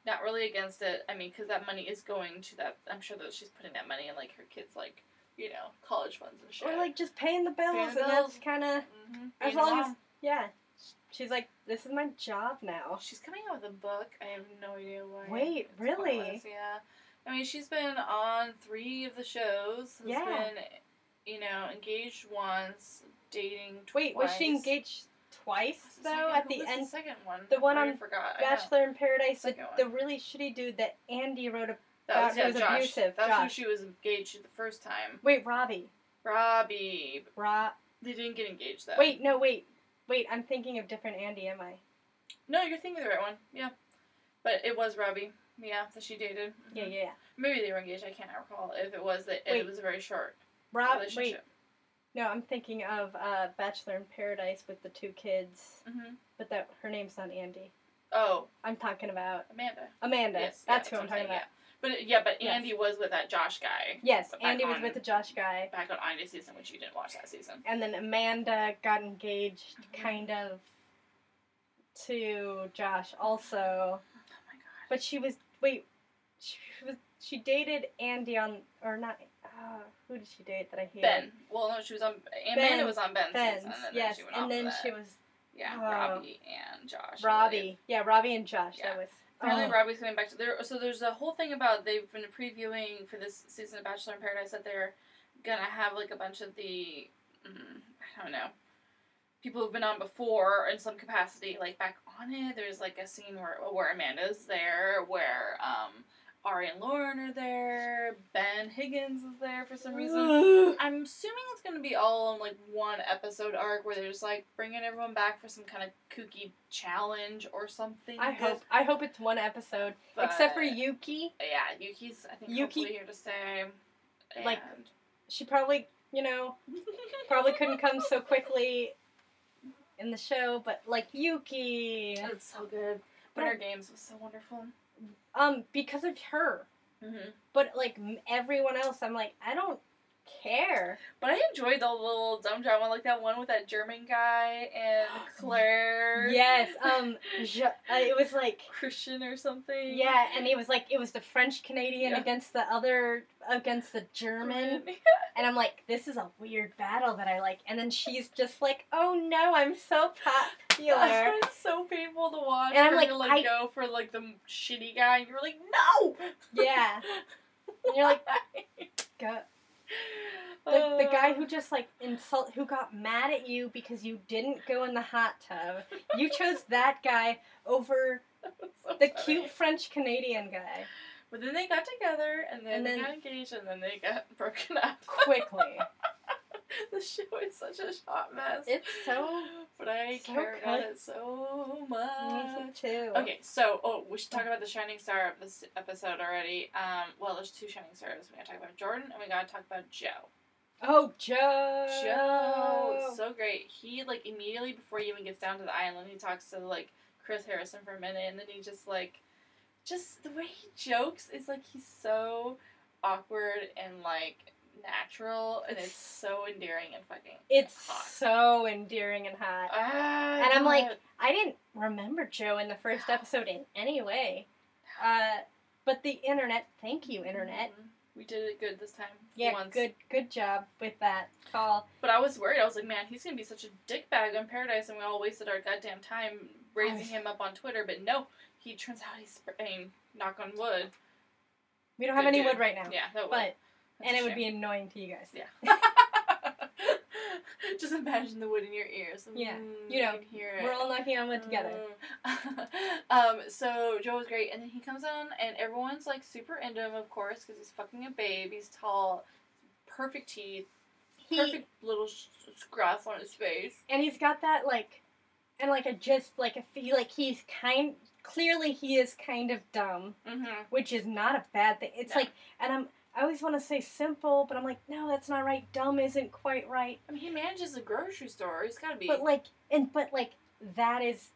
Speaker 1: Not really against it. I mean, because that money is going to that. I'm sure that she's putting that money in like her kids, like you know, college funds and shit.
Speaker 2: Or like just paying the bills,
Speaker 1: Paying the
Speaker 2: and
Speaker 1: bills.
Speaker 2: that's kind of
Speaker 1: Mhm.
Speaker 2: as
Speaker 1: Being a
Speaker 2: long
Speaker 1: mom.
Speaker 2: as yeah. She's like, this is my job now.
Speaker 1: Oh, she's coming out with a book. I have no idea why.
Speaker 2: Wait,
Speaker 1: It's
Speaker 2: really?
Speaker 1: pointless, yeah. I mean, she's been on three of the shows. Has
Speaker 2: Yeah.
Speaker 1: Been, you know, engaged once, dating twice.
Speaker 2: Wait, was she engaged twice
Speaker 1: What's the
Speaker 2: though?
Speaker 1: second-
Speaker 2: At
Speaker 1: who
Speaker 2: the
Speaker 1: was
Speaker 2: end,
Speaker 1: the second one.
Speaker 2: the one
Speaker 1: I already
Speaker 2: on
Speaker 1: forgot. oh, I know.
Speaker 2: Bachelor in Paradise, the,
Speaker 1: Second one.
Speaker 2: the really shitty dude that Andy wrote a
Speaker 1: That was,
Speaker 2: that
Speaker 1: yeah,
Speaker 2: was
Speaker 1: Josh.
Speaker 2: abusive,
Speaker 1: That's who
Speaker 2: Josh.
Speaker 1: she was engaged to the first time.
Speaker 2: Wait, Robbie.
Speaker 1: Robbie.
Speaker 2: Rob.
Speaker 1: They didn't get engaged though.
Speaker 2: Wait, no, wait. Wait, I'm thinking of different Andy, am I?
Speaker 1: No, you're thinking of the right one. Yeah. But it was Robbie. Yeah, that she dated.
Speaker 2: Yeah, yeah, yeah.
Speaker 1: Maybe they were engaged. I can't recall if it was that. It
Speaker 2: Wait.
Speaker 1: was a very short
Speaker 2: Rob, wait.
Speaker 1: relationship.
Speaker 2: No, I'm thinking of uh, Bachelor in Paradise with the two kids,
Speaker 1: hmm
Speaker 2: but that her name's not Andy.
Speaker 1: Oh,
Speaker 2: I'm talking about
Speaker 1: Amanda.
Speaker 2: Amanda. that's
Speaker 1: yeah,
Speaker 2: who I'm
Speaker 1: what
Speaker 2: talking about.
Speaker 1: Yeah. But yeah, but
Speaker 2: Yes.
Speaker 1: Andy was with that Josh guy
Speaker 2: Yes,
Speaker 1: But back
Speaker 2: Andy was
Speaker 1: on-
Speaker 2: with the Josh guy,
Speaker 1: back on Ina season, which you didn't watch that season.
Speaker 2: and then Amanda got engaged,
Speaker 1: Mhm.
Speaker 2: kind of, to Josh also.
Speaker 1: Oh my god.
Speaker 2: But she was wait, she was she dated Andy on or not? Uh, who did she date that I hated?
Speaker 1: Ben. Well, no, she was on. Amanda was on Ben's,
Speaker 2: Ben's.
Speaker 1: season, and then
Speaker 2: yes,
Speaker 1: she went off
Speaker 2: and then
Speaker 1: of
Speaker 2: she
Speaker 1: that.
Speaker 2: was
Speaker 1: Yeah,
Speaker 2: oh.
Speaker 1: Robbie and Josh. I believe.
Speaker 2: Robbie. Yeah, Robbie and Josh.
Speaker 1: Yeah.
Speaker 2: That was.
Speaker 1: Apparently,
Speaker 2: Oh.
Speaker 1: Robbie's coming back to there. So there's a whole thing about they've been previewing for this season of Bachelor in Paradise that they're gonna have like a bunch of the mm, I don't know people who've been on before in some capacity like back on it. There's like a scene where where Amanda's there, where um, Ari and Lauren are there, Ben Higgins is there for some reason. I'm assuming it's gonna be all on like one episode arc where they're just like bringing everyone back for some kind of kooky challenge or something.
Speaker 2: I hope I hope it's one episode. Except for
Speaker 1: But-
Speaker 2: Yuki,
Speaker 1: yeah, Yuki's I think
Speaker 2: Yuki-
Speaker 1: hopefully here to stay. And
Speaker 2: Like- she probably you know probably couldn't come so quickly in the show, but like Yuki,
Speaker 1: It's so good. Winter Games was so wonderful.
Speaker 2: um, because of her.
Speaker 1: Mm-hmm.
Speaker 2: But like m- everyone else, I'm like I don't care.
Speaker 1: But I enjoyed the little dumb drama, like that one with that German guy and Claire.
Speaker 2: Yes, um, Ja- uh, it was like
Speaker 1: Christian or something.
Speaker 2: yeah, and it was like it was the French Canadian
Speaker 1: Yeah.
Speaker 2: against the other against the German, and I'm like this is a weird battle that I like, and then she's just like oh no, I'm so popular.
Speaker 1: That's why it's so painful to watch.
Speaker 2: And I'm
Speaker 1: for
Speaker 2: like,
Speaker 1: to, like
Speaker 2: I-
Speaker 1: go for like the shitty guy, and you're like, no.
Speaker 2: yeah, and you're like go. The, the guy
Speaker 1: Uh.
Speaker 2: who just like insult who got mad at you because you didn't go in the hot tub. You chose that guy over
Speaker 1: So
Speaker 2: the
Speaker 1: funny.
Speaker 2: cute French Canadian guy
Speaker 1: But then they got together, and then,
Speaker 2: And
Speaker 1: they
Speaker 2: then-
Speaker 1: got engaged, and then they got broken up.
Speaker 2: quickly.
Speaker 1: the show is such a hot mess.
Speaker 2: It's so
Speaker 1: But I
Speaker 2: so
Speaker 1: care about
Speaker 2: good.
Speaker 1: it so
Speaker 2: me
Speaker 1: much.
Speaker 2: too.
Speaker 1: Okay, so oh, we should talk about the shining star of this episode already. Um, well, there's two shining stars. We gotta talk about Jordan, and we gotta talk about Joe.
Speaker 2: Oh Joe.
Speaker 1: Joe, so great. He like immediately before he even gets down to the island, he talks to like Chris Harrison for a minute, and then he just like, just the way he jokes is like he's so awkward and like natural, and it's so endearing and fucking.
Speaker 2: It's
Speaker 1: hot.
Speaker 2: so endearing and hot.
Speaker 1: Ah,
Speaker 2: And I'm like,
Speaker 1: God.
Speaker 2: I didn't remember Joe in the first episode in any way. Uh, but the internet, thank you, internet.
Speaker 1: Mhm. We did it good this time. for
Speaker 2: Yeah,
Speaker 1: once.
Speaker 2: good good job with that call.
Speaker 1: But I was worried. I was like, man, he's gonna be such a dickbag on Paradise, and we all wasted our goddamn time raising him up on Twitter. But no, he turns out he's I mean, knock on wood.
Speaker 2: We don't have
Speaker 1: Good
Speaker 2: any
Speaker 1: dude.
Speaker 2: wood right now.
Speaker 1: Yeah, that would.
Speaker 2: But and it would be annoying to you guys.
Speaker 1: Yeah. Just imagine the wood in your ears.
Speaker 2: Yeah,
Speaker 1: Mm,
Speaker 2: you know,
Speaker 1: can hear it.
Speaker 2: We're all knocking on wood together.
Speaker 1: Mm. um, so Joe was great, and then he comes on, and everyone's like super into him, of course, because he's fucking a babe. He's tall, perfect teeth,
Speaker 2: He
Speaker 1: perfect little s- scruff on his face.
Speaker 2: and he's got that like, and like a just like a he like he's kind. Clearly, he is kind of dumb,
Speaker 1: Mm-hmm.
Speaker 2: which is not a bad thing. It's
Speaker 1: No.
Speaker 2: like, and I'm I always want to say simple, but I'm like, no, that's not right. Dumb isn't quite right.
Speaker 1: I mean, he manages a grocery store. He's got to be.
Speaker 2: But like, and but like that is.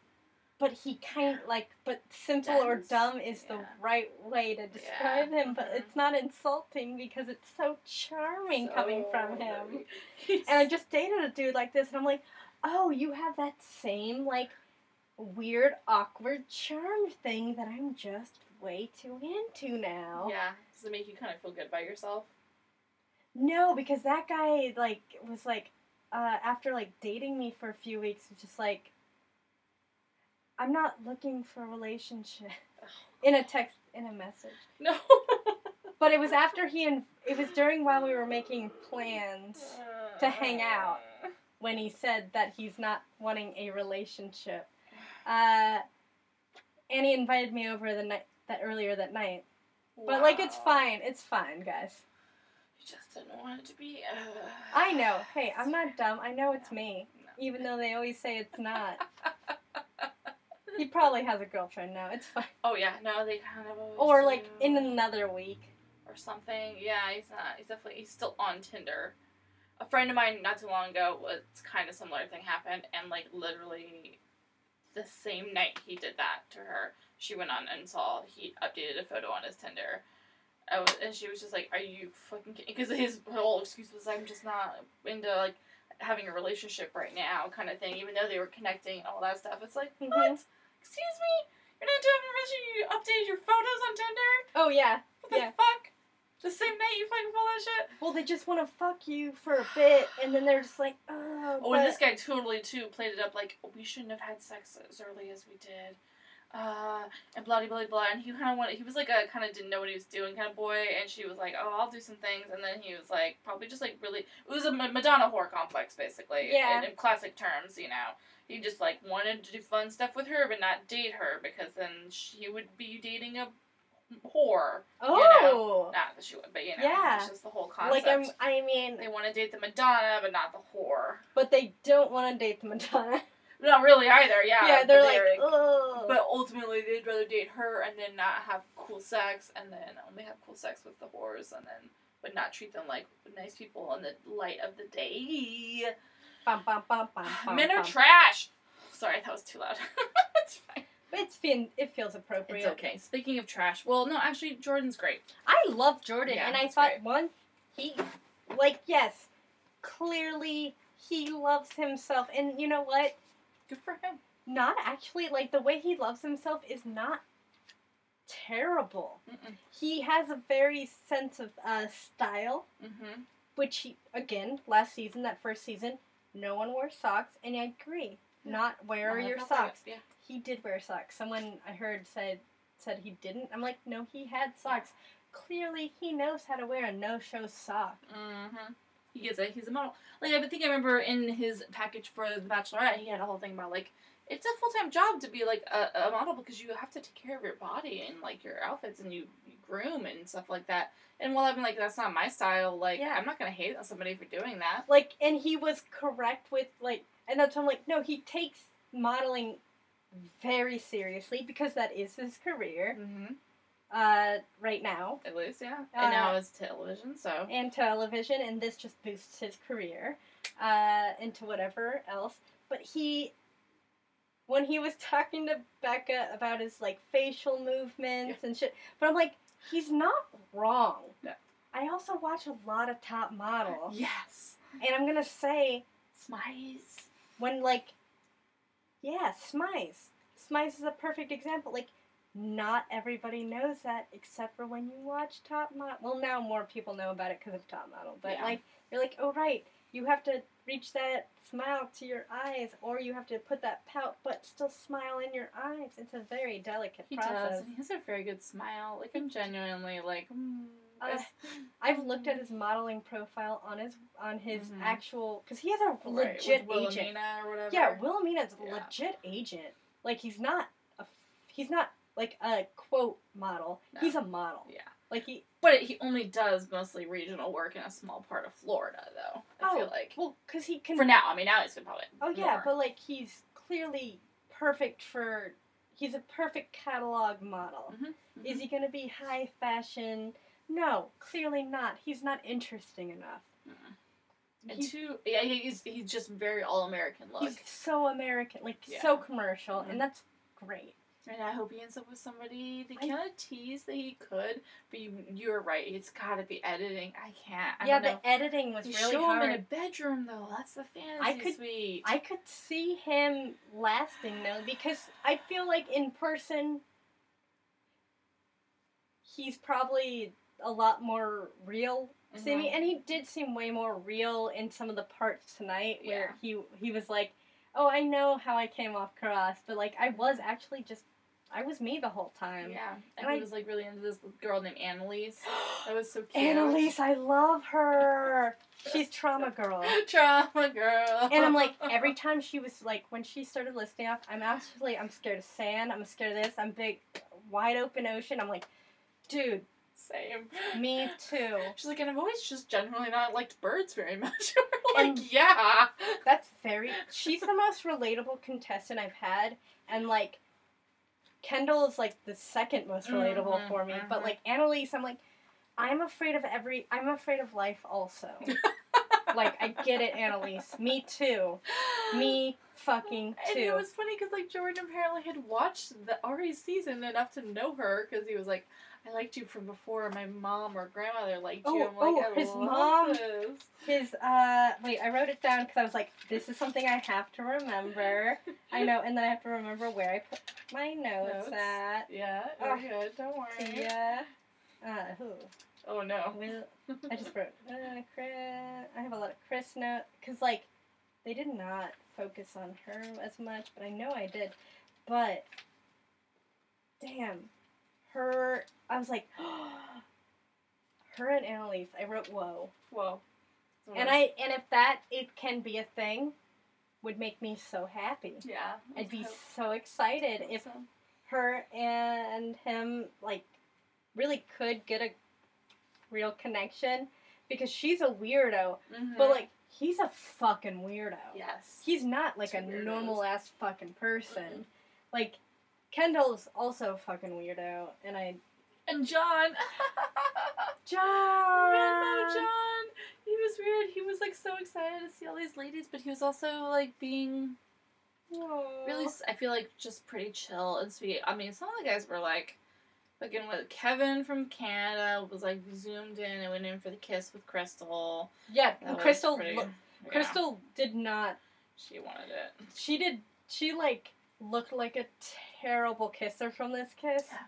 Speaker 2: But he kind like, but simple or
Speaker 1: Dense.
Speaker 2: dumb is the
Speaker 1: Yeah.
Speaker 2: right way to describe him. But
Speaker 1: Mhm.
Speaker 2: it's not insulting because it's so charming coming from
Speaker 1: so-
Speaker 2: him.
Speaker 1: He's-
Speaker 2: And I just dated a dude like this, and I'm like, oh, you have that same, like, weird, awkward charm thing that I'm just way too into now.
Speaker 1: yeah, does it make you kind of feel good about yourself?
Speaker 2: No, because that guy, like, was like, uh, after, like, dating me for a few weeks, was just like, I'm not looking for a relationship. In a text, in a message.
Speaker 1: No.
Speaker 2: But it was after he and it was during while we were making plans To hang out. when he said that he's not wanting a relationship. Uh, and he invited me over the night that earlier that night. But like, it's
Speaker 1: Wow.
Speaker 2: fine. It's fine, guys.
Speaker 1: You just didn't want it to be. Uh,
Speaker 2: I know. Hey, I'm not dumb. I know it's me,
Speaker 1: No.
Speaker 2: even though they always say it's not. He probably has a girlfriend now. It's fine.
Speaker 1: Oh yeah, no, they kind of. Always
Speaker 2: Or like
Speaker 1: do.
Speaker 2: in another week.
Speaker 1: or something. Yeah, he's not. He's definitely. He's still on Tinder. A friend of mine not too long ago was kind of similar thing happened, and like literally the same night he did that to her, she went on and saw he updated a photo on his Tinder. I was, and she was just like, "Are you fucking?" Because his whole excuse was, "I'm just not into like having a relationship right now," kind of thing. Even though they were connecting and all that stuff, it's like,
Speaker 2: Mhm.
Speaker 1: what? Excuse me, you're not doing permission. You updated your photos on Tinder?
Speaker 2: Oh yeah.
Speaker 1: What the
Speaker 2: Yeah.
Speaker 1: fuck? The same night you fucking pull that shit?
Speaker 2: Well, they just want to fuck you for a bit, and then they're just like, oh.
Speaker 1: Oh, and
Speaker 2: but-
Speaker 1: this guy totally too played it up like we shouldn't have had sex as early as we did, uh, and blah blah blah blah. And he kind of wanted, he was like a kind of didn't know what he was doing kind of boy, and she was like, oh, I'll do some things, and then he was like, probably just like really, it was a Ma- Madonna whore complex basically,
Speaker 2: Yeah.
Speaker 1: in, in classic terms, you know. He just like wanted to do fun stuff with her, but not date her because then she would be dating a whore.
Speaker 2: Oh.
Speaker 1: Not that she would, but you know,
Speaker 2: Yeah.
Speaker 1: it's just the whole concept.
Speaker 2: like I'm. I mean,
Speaker 1: they want to date the Madonna, but not the whore.
Speaker 2: but they don't want to date the Madonna.
Speaker 1: Not really either. Yeah.
Speaker 2: yeah,
Speaker 1: but
Speaker 2: they're like, oh.
Speaker 1: but ultimately, they'd rather date her and then not have cool sex, and then only have cool sex with the whores, and then but not treat them like nice people in the light of the day.
Speaker 2: Bum, bum, bum, bum, bum,
Speaker 1: Men are
Speaker 2: bum.
Speaker 1: trash. Sorry, that was too loud. it's fine.
Speaker 2: It's fin- it feels appropriate.
Speaker 1: It's okay. Speaking of trash, well, no, actually, Jordan's great.
Speaker 2: I love Jordan,
Speaker 1: Yeah,
Speaker 2: and I
Speaker 1: he's
Speaker 2: thought
Speaker 1: great.
Speaker 2: one, he, like yes, clearly he loves himself, and you know what?
Speaker 1: Good for him.
Speaker 2: Not actually like the way he loves himself is not terrible.
Speaker 1: Mm-mm.
Speaker 2: He has a very sense of uh, style,
Speaker 1: Mm-hmm.
Speaker 2: which he again last season, that first season, no one wore socks, and I agree.
Speaker 1: Yeah.
Speaker 2: Not wear your socks.
Speaker 1: Yeah.
Speaker 2: He did wear socks. Someone I heard said said he didn't. I'm like, no, he had socks. Clearly, he knows how to wear a no-show sock.
Speaker 1: Mm-hmm. He gets a he's a model. Like I think I remember in his package for The Bachelorette, he had a whole thing about like it's a full time job to be like a, a model because you have to take care of your body and like your outfits and you, you groom and stuff like that. And while I've been like that's not my style, like
Speaker 2: Yeah.
Speaker 1: I'm not gonna hate on somebody for doing that.
Speaker 2: Like, and he was correct with like, and that's why I'm like, no, he takes modeling very seriously because that is his career
Speaker 1: Mm-hmm.
Speaker 2: uh, right now
Speaker 1: At least, yeah.
Speaker 2: Uh,
Speaker 1: and now it's television, so
Speaker 2: and television, and this just boosts his career uh, into whatever else. But he, when he was talking to Becca about his like facial movements and shit, but I'm like, he's not wrong.
Speaker 1: No.
Speaker 2: I also watch a lot of Top Model,
Speaker 1: yes,
Speaker 2: and I'm gonna say
Speaker 1: smiles.
Speaker 2: when like yeah smize smize is a perfect example like not everybody knows that except for when you watch top model well now more people know about it because of top model but
Speaker 1: Yeah.
Speaker 2: like you're like oh right you have to reach that smile to your eyes or you have to put that pout but still smile in your eyes it's a very delicate
Speaker 1: He does.
Speaker 2: process
Speaker 1: and He has a very good smile. Like I'm genuinely like. Mm,
Speaker 2: Uh,
Speaker 1: it's-
Speaker 2: i've looked at his modeling profile on his on his
Speaker 1: Mhm.
Speaker 2: actual because he has a
Speaker 1: Right, with
Speaker 2: legit agent
Speaker 1: Wilhelmina or whatever.
Speaker 2: Yeah, Wilhelmina's a
Speaker 1: Yeah.
Speaker 2: legit agent. Like he's not a he's not like a quote model.
Speaker 1: No.
Speaker 2: He's a model.
Speaker 1: Yeah.
Speaker 2: Like he
Speaker 1: But he only does mostly regional work in a small part of Florida, though. I
Speaker 2: Oh,
Speaker 1: feel like
Speaker 2: well cuz he can
Speaker 1: for now. I mean, now he's been probably.
Speaker 2: Oh yeah,
Speaker 1: more.
Speaker 2: but like he's clearly perfect for he's a perfect catalog model.
Speaker 1: Mhm, mhm.
Speaker 2: Is he going to be high fashion? No, clearly not. He's not interesting enough.
Speaker 1: Mm.
Speaker 2: He-
Speaker 1: and two, yeah, he- he's he's just very all American look.
Speaker 2: he's so American, like
Speaker 1: Yeah.
Speaker 2: so commercial,
Speaker 1: Mhm.
Speaker 2: and that's great.
Speaker 1: and I hope he ends up with somebody. They
Speaker 2: I-
Speaker 1: kind of teased that he could, but you, you're right. It's got to be editing. I can't. I
Speaker 2: yeah,
Speaker 1: don't know.
Speaker 2: the editing was
Speaker 1: You
Speaker 2: really
Speaker 1: show
Speaker 2: hard.
Speaker 1: him in a bedroom though. That's the fantasy
Speaker 2: could-
Speaker 1: suite.
Speaker 2: I could see him lasting though because I feel like in person he's probably a lot more real to me and he did seem way more real in some of the parts tonight where he he was like, "Oh, I know how I came off cross, but like I was actually just I was me the whole time."
Speaker 1: yeah, and
Speaker 2: and
Speaker 1: he
Speaker 2: I-
Speaker 1: was like really into this girl named Annalise. That was so cute.
Speaker 2: Annalise, I love her. She's trauma girl.
Speaker 1: Trauma girl.
Speaker 2: And I'm like, every time she was like, when she started listing off, I'm actually, I'm scared of sand. I'm scared of this. I'm big, wide open ocean. I'm like, dude,
Speaker 1: Same.
Speaker 2: me too.
Speaker 1: She's like, and I've always just generally not liked birds very much. We're like,
Speaker 2: And-
Speaker 1: yeah.
Speaker 2: That's very. She's the most relatable contestant I've had, and like, Kendall is like the second most relatable
Speaker 1: Mhm,
Speaker 2: for me. But
Speaker 1: mhm.
Speaker 2: like Annalise, I'm like, I'm afraid of every. I'm afraid of life also. Like, I get it, Annalise. Me too. Me fucking
Speaker 1: And
Speaker 2: too.
Speaker 1: it was funny because like Jordan apparently had watched the Ari's season enough to know her because he was like, "I liked you from before my mom or grandmother liked you."
Speaker 2: Oh,
Speaker 1: I'm like,
Speaker 2: oh,
Speaker 1: I
Speaker 2: his
Speaker 1: love
Speaker 2: mom-
Speaker 1: this."
Speaker 2: His uh wait, I wrote it down because I was like, this is something I have to remember. I know, and then I have to remember where I put my notes,
Speaker 1: Notes.
Speaker 2: at.
Speaker 1: Yeah,
Speaker 2: Ah.
Speaker 1: you're good. Don't worry.
Speaker 2: Yeah. Uh, who?
Speaker 1: Oh no.
Speaker 2: Will, I just wrote uh, Chris. I have a lot of Chris notes because like they did not focus on her as much, but I know I did. But damn, her. I was like, her and Annalise. I wrote whoa.
Speaker 1: Whoa.
Speaker 2: And I and if that it can be a thing, would make me so happy.
Speaker 1: Yeah.
Speaker 2: I'd be
Speaker 1: Okay.
Speaker 2: so excited if
Speaker 1: Awesome.
Speaker 2: her and him like really could get a real connection because she's a weirdo, but
Speaker 1: Mhm.
Speaker 2: like he's a fucking weirdo.
Speaker 1: yes.
Speaker 2: He's not like
Speaker 1: Two
Speaker 2: a
Speaker 1: weirdos.
Speaker 2: normal ass fucking person. Like Kendall's also a fucking weirdo and I
Speaker 1: And John. Remember
Speaker 2: John.
Speaker 1: John? He was weird. He was like so excited to see all these ladies, but he was also like being really. s- I feel like just pretty chill and sweet. I mean, some of the guys were like. Again, with Kevin from Canada was like zoomed in and went in for the kiss with Crystal.
Speaker 2: Yeah,
Speaker 1: That was
Speaker 2: Crystal
Speaker 1: pretty-
Speaker 2: lo-
Speaker 1: yeah,
Speaker 2: Crystal did not.
Speaker 1: she wanted it.
Speaker 2: She did. She like looked like a terrible kisser from this kiss.
Speaker 1: Yeah.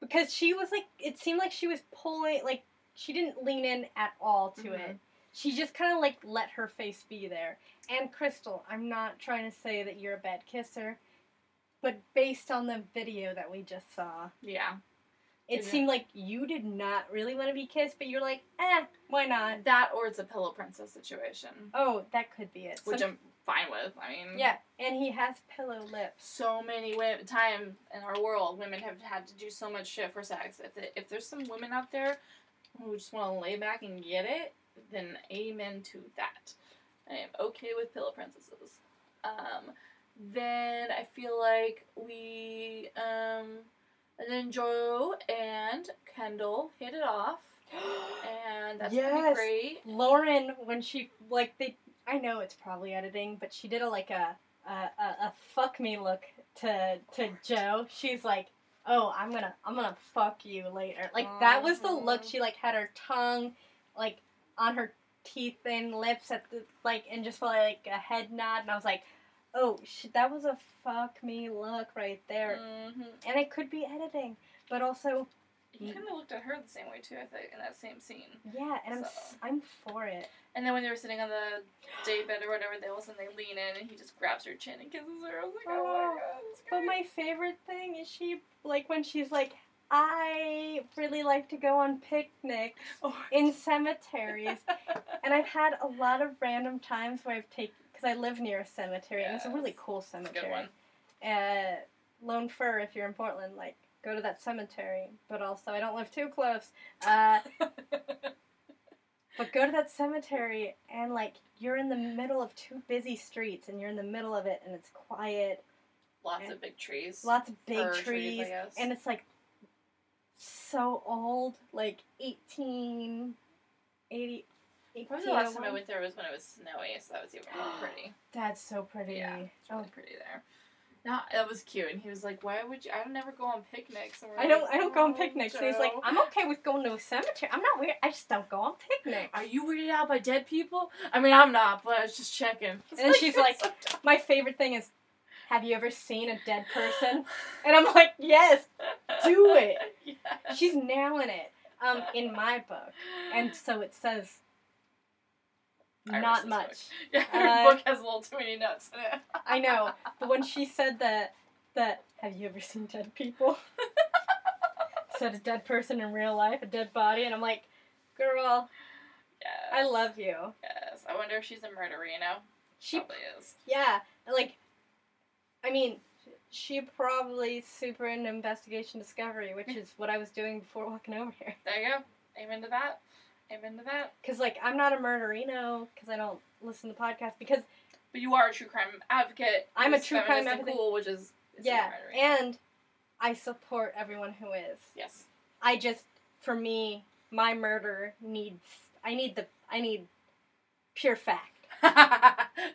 Speaker 2: Because she was like, it seemed like she was pulling. Like she didn't lean in at all to
Speaker 1: Mhm.
Speaker 2: it. She just kind of like let her face be there. And Crystal, I'm not trying to say that you're a bad kisser, but based on the video that we just saw,
Speaker 1: Yeah.
Speaker 2: it
Speaker 1: Yeah.
Speaker 2: seemed like you did not really want to be kissed, but you're like, eh, why not?
Speaker 1: That or it's a pillow princess situation,
Speaker 2: Oh, that could be it.
Speaker 1: which
Speaker 2: Some-
Speaker 1: I'm fine with. I mean,
Speaker 2: yeah, and he has pillow lips.
Speaker 1: so many women time in our world women have had to do so much shit for sex if, the, if there's some women out there who just want to lay back and get it then amen to that i am okay with pillow princesses um, then i feel like we um, and then joe and kendall hit it off and that's pretty
Speaker 2: Yes.
Speaker 1: great
Speaker 2: Lauren, when she like they, I know it's probably editing, but she did a like a a, a, a fuck me look to to Joe. She's like, oh, I'm gonna I'm gonna fuck you later. Like that was the look.
Speaker 1: Mhm.
Speaker 2: She like had her tongue like on her teeth and lips at the like and just like a head nod, and I was like. Oh, shit, that was a fuck me look right there.
Speaker 1: mm-hmm.
Speaker 2: And it could be editing, but also,
Speaker 1: he kind of looked at her the same way too i think in that same scene
Speaker 2: yeah, and I'm, s-
Speaker 1: So.
Speaker 2: I'm for it.
Speaker 1: And then when they were sitting on the daybed or whatever, they all of a sudden they lean in and he just grabs her chin and kisses her. I was like, oh,
Speaker 2: Oh,
Speaker 1: my god. it's
Speaker 2: But
Speaker 1: great.
Speaker 2: my favorite thing is she like when she's like, I really like to go on picnics
Speaker 1: Oh.
Speaker 2: in cemeteries, and I've had a lot of random times where I've taken because I live near a cemetery and it's a really
Speaker 1: Yes.
Speaker 2: cool
Speaker 1: That's a
Speaker 2: cemetery.
Speaker 1: good one.
Speaker 2: Uh, Lone Fir, if you're in Portland, like go to that cemetery. But also, I don't live too close. Uh, but go to that cemetery and like you're in the middle of two busy streets and you're in the middle of it and it's quiet,
Speaker 1: Lots of big trees.
Speaker 2: lots of big
Speaker 1: Fir
Speaker 2: trees
Speaker 1: I guess.
Speaker 2: and it's like so old, like 1880.
Speaker 1: Probably the last time I went there was when it was snowy, so that was even more pretty.
Speaker 2: That's so pretty.
Speaker 1: Yeah, it's
Speaker 2: Oh,
Speaker 1: really pretty there. No, that was cute, and he was like, "Why would you? I don't ever go on picnics." And we're
Speaker 2: I don't.
Speaker 1: like,
Speaker 2: I don't go on
Speaker 1: "Oh,
Speaker 2: picnics. And he's like,
Speaker 1: Joe."
Speaker 2: I'm okay with going to a cemetery. I'm not weird. I just don't go on picnics.
Speaker 1: "Are you weirded out by dead people?" I mean, I'm not, but I was just checking. And
Speaker 2: then she's like, My favorite thing is, have you ever seen a dead person? And I'm like, yes. Do it.
Speaker 1: Yeah.
Speaker 2: She's nailing it. Um, in my book, and so it says.
Speaker 1: Iris
Speaker 2: Not
Speaker 1: is
Speaker 2: much.
Speaker 1: Yeah, her
Speaker 2: Uh,
Speaker 1: book has a little too many nuts in it.
Speaker 2: I know, but when she said that, that have you ever seen dead people? said a dead person in real life, a dead body, and I'm like, girl,
Speaker 1: Yes.
Speaker 2: I love you.
Speaker 1: Yes. I wonder if she's a murderino. She
Speaker 2: She,
Speaker 1: probably is.
Speaker 2: yeah, like, I mean, she probably super into investigation discovery, which is what I was doing before walking over here.
Speaker 1: There you go. Amen to that. Amen to that.
Speaker 2: Cause like I'm not a murderino, cause I don't listen to podcasts. Because
Speaker 1: But you are a true crime advocate.
Speaker 2: I'm a
Speaker 1: who's
Speaker 2: true crime
Speaker 1: feminist and
Speaker 2: advocate.
Speaker 1: Cool, which is is a
Speaker 2: yeah,
Speaker 1: murderino.
Speaker 2: and I support everyone who is.
Speaker 1: yes.
Speaker 2: I just, for me, my murder needs. I need the. I need pure fact.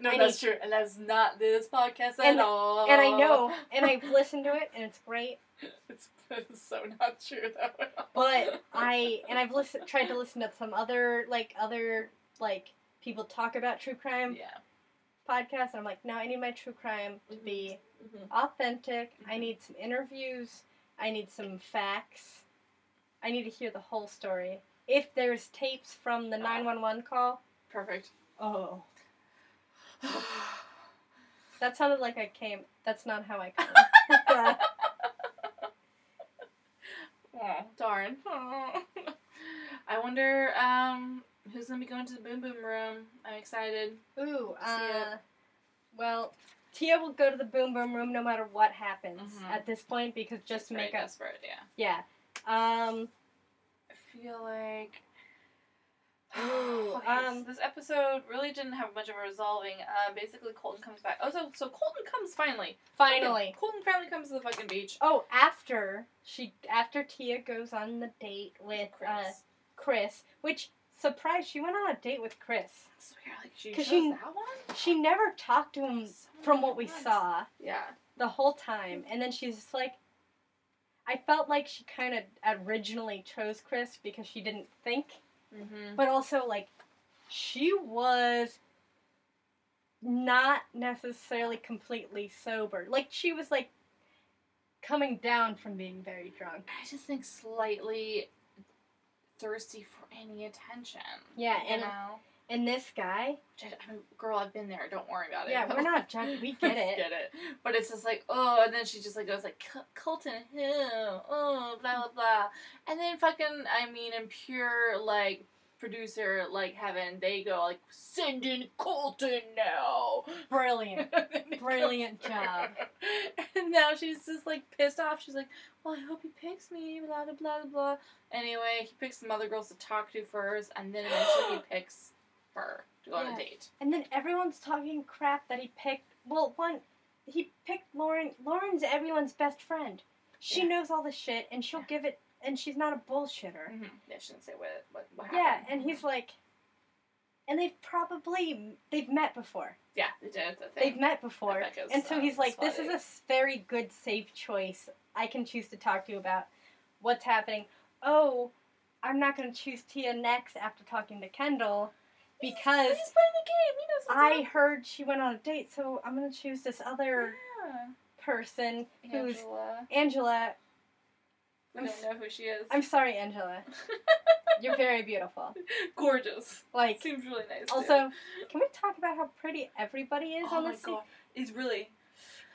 Speaker 1: no,
Speaker 2: I
Speaker 1: that's true, and that's not this podcast at
Speaker 2: And-
Speaker 1: all.
Speaker 2: And I know,
Speaker 1: Oh.
Speaker 2: and I've listened to it, and it's great.
Speaker 1: it's, it's so not true though. at all.
Speaker 2: But I and I've listened, tried to listen to some other like other like people talk about true crime
Speaker 1: yeah,
Speaker 2: podcasts, and I'm like, no, I need my true crime to be
Speaker 1: Mhm.
Speaker 2: authentic. I need some interviews. I need some facts. I need to hear the whole story. If there's tapes from
Speaker 1: Ah.
Speaker 2: the 911 call,
Speaker 1: perfect.
Speaker 2: oh, that sounded like I came. That's not how I came.
Speaker 1: Aw, darn. Aw. I wonder um, who's gonna be going to the Boom Boom Room. I'm excited.
Speaker 2: Ooh, uh,
Speaker 1: Tia.
Speaker 2: well, Tia will go to the boom boom room no matter what happens
Speaker 1: Mhm.
Speaker 2: at this point because just
Speaker 1: It's very
Speaker 2: make us.
Speaker 1: desperate. Yeah.
Speaker 2: Yeah. Um,
Speaker 1: I feel like.
Speaker 2: Ooh,
Speaker 1: okay, so
Speaker 2: um,
Speaker 1: this episode really didn't have much of a resolving. Uh, basically, Colton comes back. Oh, so, so Colton comes finally.
Speaker 2: finally.
Speaker 1: Colton finally comes to the fucking beach.
Speaker 2: Oh, after she after Tia goes on the date with
Speaker 1: Chris.
Speaker 2: uh Chris, which surprise, she went on a date with Chris.
Speaker 1: I swear, like, she
Speaker 2: 'cause
Speaker 1: chose
Speaker 2: she-
Speaker 1: that one?
Speaker 2: She never talked to him
Speaker 1: So
Speaker 2: from what we
Speaker 1: nice.
Speaker 2: saw
Speaker 1: Yeah.
Speaker 2: the whole time, and then she's just like. I felt like she kind of originally chose Chris because she didn't think
Speaker 1: Mm-hmm.
Speaker 2: but also like she was not necessarily completely sober like she was like coming down from being very drunk
Speaker 1: I just think slightly thirsty for any attention.
Speaker 2: Yeah,
Speaker 1: you
Speaker 2: and-
Speaker 1: know?
Speaker 2: and this guy
Speaker 1: Which I, I mean, girl, I've been there. Don't worry about it.
Speaker 2: yeah
Speaker 1: but,
Speaker 2: we're not drunk we get
Speaker 1: Just
Speaker 2: it
Speaker 1: Get it. But it's just like, oh, and then she just like goes like, "Col- Colton, who? Oh, blah blah blah. And then fucking, I mean, in pure like producer like heaven, they go like, send in Colton now.
Speaker 2: brilliant
Speaker 1: And it
Speaker 2: Brilliant
Speaker 1: goes
Speaker 2: job.
Speaker 1: through. And now she's just like pissed off. She's like, well, I hope he picks me. Blah blah blah blah, blah. Anyway, he picks some other girls to talk to first, and then eventually he picks her to go on
Speaker 2: Yeah.
Speaker 1: a date.
Speaker 2: and then everyone's talking crap that he picked well one he picked lauren lauren's everyone's best friend she
Speaker 1: Yeah.
Speaker 2: knows all the shit and she'll give it and she's not a bullshitter
Speaker 1: Yeah, she didn't say what what, what
Speaker 2: Mm-hmm. Yeah,
Speaker 1: happened.
Speaker 2: and he's like, and they've probably they've met before.
Speaker 1: Yeah, they did it. the
Speaker 2: They've
Speaker 1: thing.
Speaker 2: met before,
Speaker 1: Rebecca's,
Speaker 2: and so
Speaker 1: uh,
Speaker 2: he's like, this is
Speaker 1: slutty.
Speaker 2: a s- very good, safe choice. I can choose to talk to you about what's happening. Oh, I'm not going to choose Tia next after talking to Kendall because
Speaker 1: he's, he's playing the game. He knows what's
Speaker 2: I heard she went on a date, so I'm going to choose this other
Speaker 1: up.
Speaker 2: person
Speaker 1: Yeah.
Speaker 2: who's
Speaker 1: Angela.
Speaker 2: Angela.
Speaker 1: I don't know who she is.
Speaker 2: I'm sorry, Angela. You're very beautiful.
Speaker 1: gorgeous.
Speaker 2: Like,
Speaker 1: Seems really nice.
Speaker 2: also, can we talk about how pretty everybody
Speaker 1: too.
Speaker 2: is
Speaker 1: oh
Speaker 2: on
Speaker 1: my
Speaker 2: this? se-
Speaker 1: god, he's really.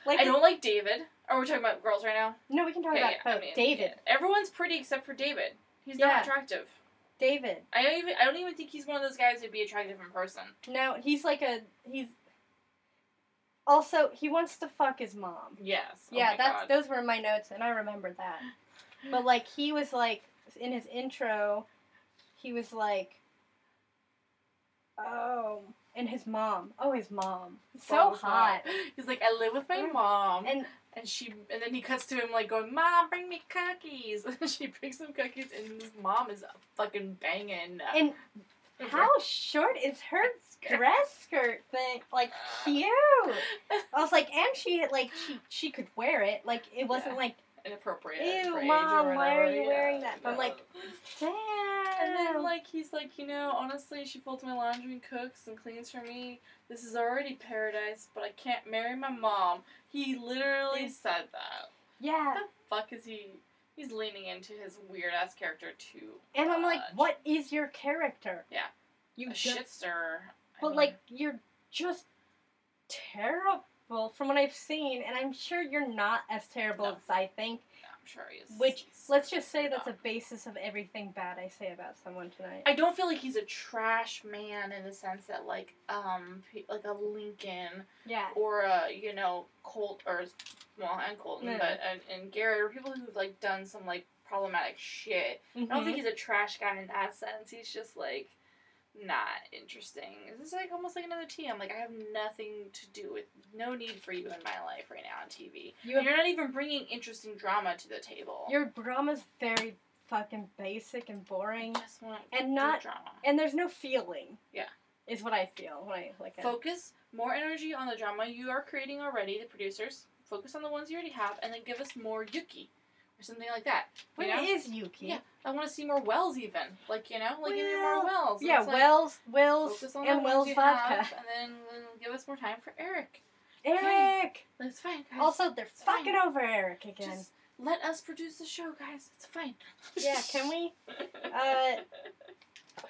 Speaker 2: Like,
Speaker 1: I don't like David. Are we talking about girls right now?
Speaker 2: No, we can talk about
Speaker 1: I
Speaker 2: both.
Speaker 1: mean,
Speaker 2: David.
Speaker 1: yeah. Everyone's pretty except for David. He's
Speaker 2: Yeah.
Speaker 1: not attractive.
Speaker 2: David.
Speaker 1: I don't even. I don't even think he's one of those guys who'd be attractive in person.
Speaker 2: No, he's like a he's. Also, he wants to fuck his mom.
Speaker 1: Yes. Oh
Speaker 2: yeah,
Speaker 1: my
Speaker 2: that's
Speaker 1: God.
Speaker 2: those were my notes, and I remember that. But like, he was like in his intro, he was like, oh, and his mom. Oh, his mom. So
Speaker 1: Bum's
Speaker 2: hot.
Speaker 1: mom. He's like, I live with my
Speaker 2: Mm.
Speaker 1: mom,
Speaker 2: And-
Speaker 1: and and she, and then he cuts to him like going, "Mom, bring me cookies." And she brings him cookies, and his mom is fucking banging.
Speaker 2: And How short is her dress skirt thing? Like, cute. I was like, and she like she she could wear it. Like, it wasn't
Speaker 1: Yeah.
Speaker 2: like.
Speaker 1: inappropriate?
Speaker 2: Ew,
Speaker 1: for age or
Speaker 2: Mom, why are
Speaker 1: whatever,
Speaker 2: you
Speaker 1: yeah.
Speaker 2: wearing that? But,
Speaker 1: No.
Speaker 2: like, Damn.
Speaker 1: And then, like, he's like, you know, honestly, she folds my laundry and cooks and cleans for me. This is already paradise, but I can't marry my mom. He literally
Speaker 2: Yeah.
Speaker 1: said that.
Speaker 2: yeah.
Speaker 1: What the fuck is he? He's leaning into his weird ass character too.
Speaker 2: And I'm like,
Speaker 1: much.
Speaker 2: what is your character?
Speaker 1: Yeah.
Speaker 2: You
Speaker 1: A
Speaker 2: just,
Speaker 1: shitster. I
Speaker 2: but
Speaker 1: mean,
Speaker 2: like you're just terrible from what I've seen, and I'm sure you're not as terrible
Speaker 1: No.
Speaker 2: as I think.
Speaker 1: I'm sure he's.
Speaker 2: Which
Speaker 1: he's-
Speaker 2: let's just say that's a
Speaker 1: not.
Speaker 2: basis of everything bad I say about someone tonight.
Speaker 1: I don't feel like he's a trash man in the sense that like um pe- like a Lincoln
Speaker 2: yeah.
Speaker 1: or a you know Colt or well and Colton
Speaker 2: Yeah.
Speaker 1: but and, and Garrett are people who've like done some like problematic shit. I don't think
Speaker 2: Mm-hmm.
Speaker 1: he's a trash guy in that sense. He's just like not interesting. This is like almost like another TM. Like I have nothing to do with no need for you in my life right now on TV.
Speaker 2: you have,
Speaker 1: You're not even bringing interesting drama to the table.
Speaker 2: your drama's very fucking basic and boring,
Speaker 1: I just want
Speaker 2: and
Speaker 1: good
Speaker 2: not
Speaker 1: drama.
Speaker 2: and there's no feeling.
Speaker 1: Yeah.
Speaker 2: is what I feel when I like. I,
Speaker 1: Focus more energy on the drama you are creating already, the producers. Focus on the ones you already have, and then give us more Yuki or something like that. You
Speaker 2: where
Speaker 1: know?
Speaker 2: is Yuki?
Speaker 1: Yeah, I want to see more Wells, even. Like, you know, like, give me more
Speaker 2: Well,
Speaker 1: Wells.
Speaker 2: yeah
Speaker 1: It's like,
Speaker 2: Wells, Wells,
Speaker 1: focus on the
Speaker 2: and
Speaker 1: ones
Speaker 2: Wells
Speaker 1: you
Speaker 2: vodka.
Speaker 1: have, and then then give us more time for Eric.
Speaker 2: Eric.
Speaker 1: That's fine, guys.
Speaker 2: Also, they're
Speaker 1: fine.
Speaker 2: fucking over Eric again.
Speaker 1: just let us produce the show, guys. It's fine.
Speaker 2: yeah, can we? uh,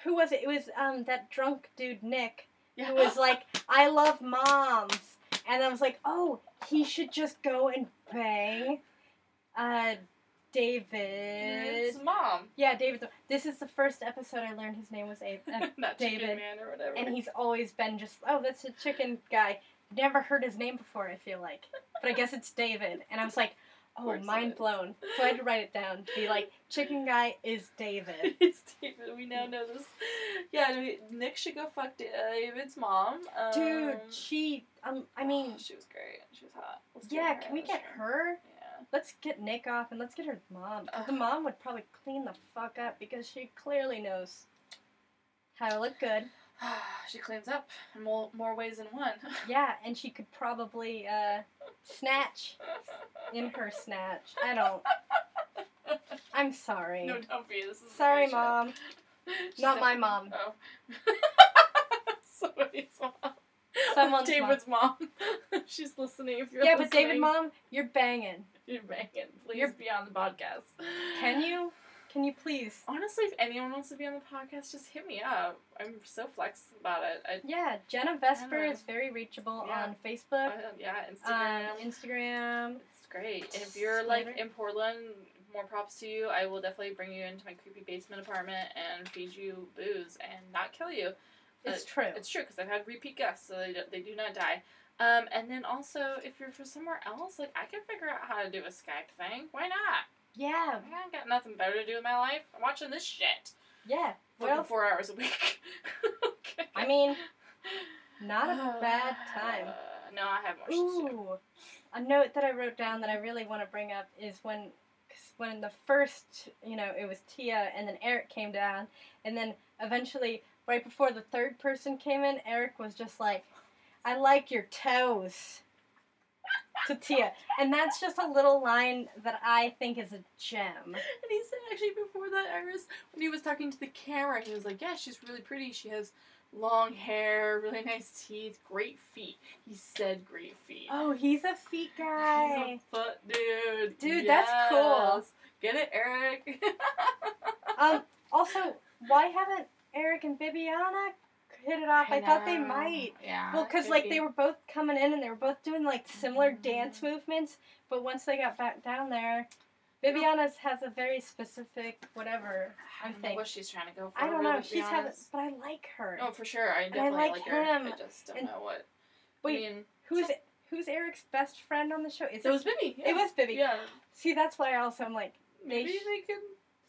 Speaker 2: Who was it? It was um that drunk dude Nick
Speaker 1: yeah.
Speaker 2: who was like, "I love moms," and I was like, "Oh, he should just go and bang." Uh, David.
Speaker 1: it's mom.
Speaker 2: Yeah, David. This is the first episode I learned his name was Abe, uh,
Speaker 1: Not David
Speaker 2: David.
Speaker 1: man or whatever.
Speaker 2: and he's always been just oh, that's a chicken guy. Never heard his name before. I feel like, but I guess it's David. And I was like, oh,
Speaker 1: course it
Speaker 2: mind
Speaker 1: is.
Speaker 2: blown. So I had to write it down to be like, chicken guy is David.
Speaker 1: it's David. We now know this. Yeah, no, he- Nick should go fuck Da- David's mom. Um, oh,
Speaker 2: Dude, she. Um, I mean,
Speaker 1: she was great. She was hot. Let's get
Speaker 2: yeah.
Speaker 1: her
Speaker 2: Can
Speaker 1: on
Speaker 2: we
Speaker 1: the
Speaker 2: get
Speaker 1: show.
Speaker 2: her?
Speaker 1: Yeah.
Speaker 2: Let's get Nick off and let's get her mom. 'Cause The
Speaker 1: Ugh.
Speaker 2: mom would probably clean the fuck up because she clearly knows how to look good.
Speaker 1: she cleans up in more, more ways than one.
Speaker 2: Yeah, and she could probably uh, snatch in her snatch. I don't. I'm sorry.
Speaker 1: no, don't be. This is
Speaker 2: sorry,
Speaker 1: great show.
Speaker 2: mom.
Speaker 1: She's
Speaker 2: Not my
Speaker 1: definitely-
Speaker 2: mom.
Speaker 1: Oh. Somebody's mom.
Speaker 2: Someone's
Speaker 1: David's mom. She's listening. If you're
Speaker 2: Yeah, but
Speaker 1: listening,
Speaker 2: David, mom, you're banging.
Speaker 1: You're banging. Please
Speaker 2: You're-
Speaker 1: be on the podcast.
Speaker 2: Can you? Can you please?
Speaker 1: Honestly, if anyone wants to be on the podcast, just hit me up. I'm so flex about it. I,
Speaker 2: Yeah, Jenna Vesper
Speaker 1: Yeah.
Speaker 2: is very reachable
Speaker 1: Yeah.
Speaker 2: on Facebook,
Speaker 1: I- uh, yeah, Instagram.
Speaker 2: on Instagram.
Speaker 1: it's great. And if you're like
Speaker 2: Twitter.
Speaker 1: in Portland, more props to you. I will definitely bring you into my creepy basement apartment and feed you booze and not kill you.
Speaker 2: It's true.
Speaker 1: Uh, It's true because I've had repeat guests, so they do, they do not die. Um, and then also, if you're from somewhere else, like I can figure out how to do a Skype thing. Why not?
Speaker 2: Yeah,
Speaker 1: I ain't got nothing better to do with my life. I'm watching this shit.
Speaker 2: yeah.
Speaker 1: Fucking
Speaker 2: Well,
Speaker 1: four hours a week. okay.
Speaker 2: I mean, not a bad time.
Speaker 1: Uh, no, I have more shit to do.
Speaker 2: Ooh, a note that I wrote down that I really want to bring up is when, 'cause when the first, you know, it was Tia, and then Eric came down, and then eventually, right before the third person came in, Eric was just like, "I like your toes." To Tia, and that's just a little line that I think is a gem.
Speaker 1: And he said actually before that, Iris, when he was talking to the camera, he was like, "Yeah, she's really pretty. She has long hair, really nice teeth, great feet." He said, "Great feet."
Speaker 2: Oh, he's a feet guy.
Speaker 1: He's a foot dude.
Speaker 2: Dude, that's cool.
Speaker 1: Yes. Get it, Eric.
Speaker 2: Um, also, why haven't Eric and Bibiana hit it off? I thought they might.
Speaker 1: Yeah.
Speaker 2: Well, because like they were both coming in and they were both doing like similar
Speaker 1: Mm-hmm.
Speaker 2: dance movements, but once they got back down there, Viviana's has a very specific whatever.
Speaker 1: I don't know
Speaker 2: think-
Speaker 1: what she's trying to go for.
Speaker 2: I don't
Speaker 1: really,
Speaker 2: know.
Speaker 1: to be
Speaker 2: She's having,
Speaker 1: honest. Oh,
Speaker 2: but I like her.
Speaker 1: No, for sure. I
Speaker 2: I
Speaker 1: definitely
Speaker 2: like
Speaker 1: like, her.
Speaker 2: him.
Speaker 1: I just don't
Speaker 2: And-
Speaker 1: know what.
Speaker 2: Wait,
Speaker 1: I mean,
Speaker 2: who's who's Eric's best friend on the show? Is
Speaker 1: it was Bibby.
Speaker 2: It was Bibby.
Speaker 1: Yeah.
Speaker 2: See, that's why I also am like,
Speaker 1: Maybe
Speaker 2: sh-
Speaker 1: they could.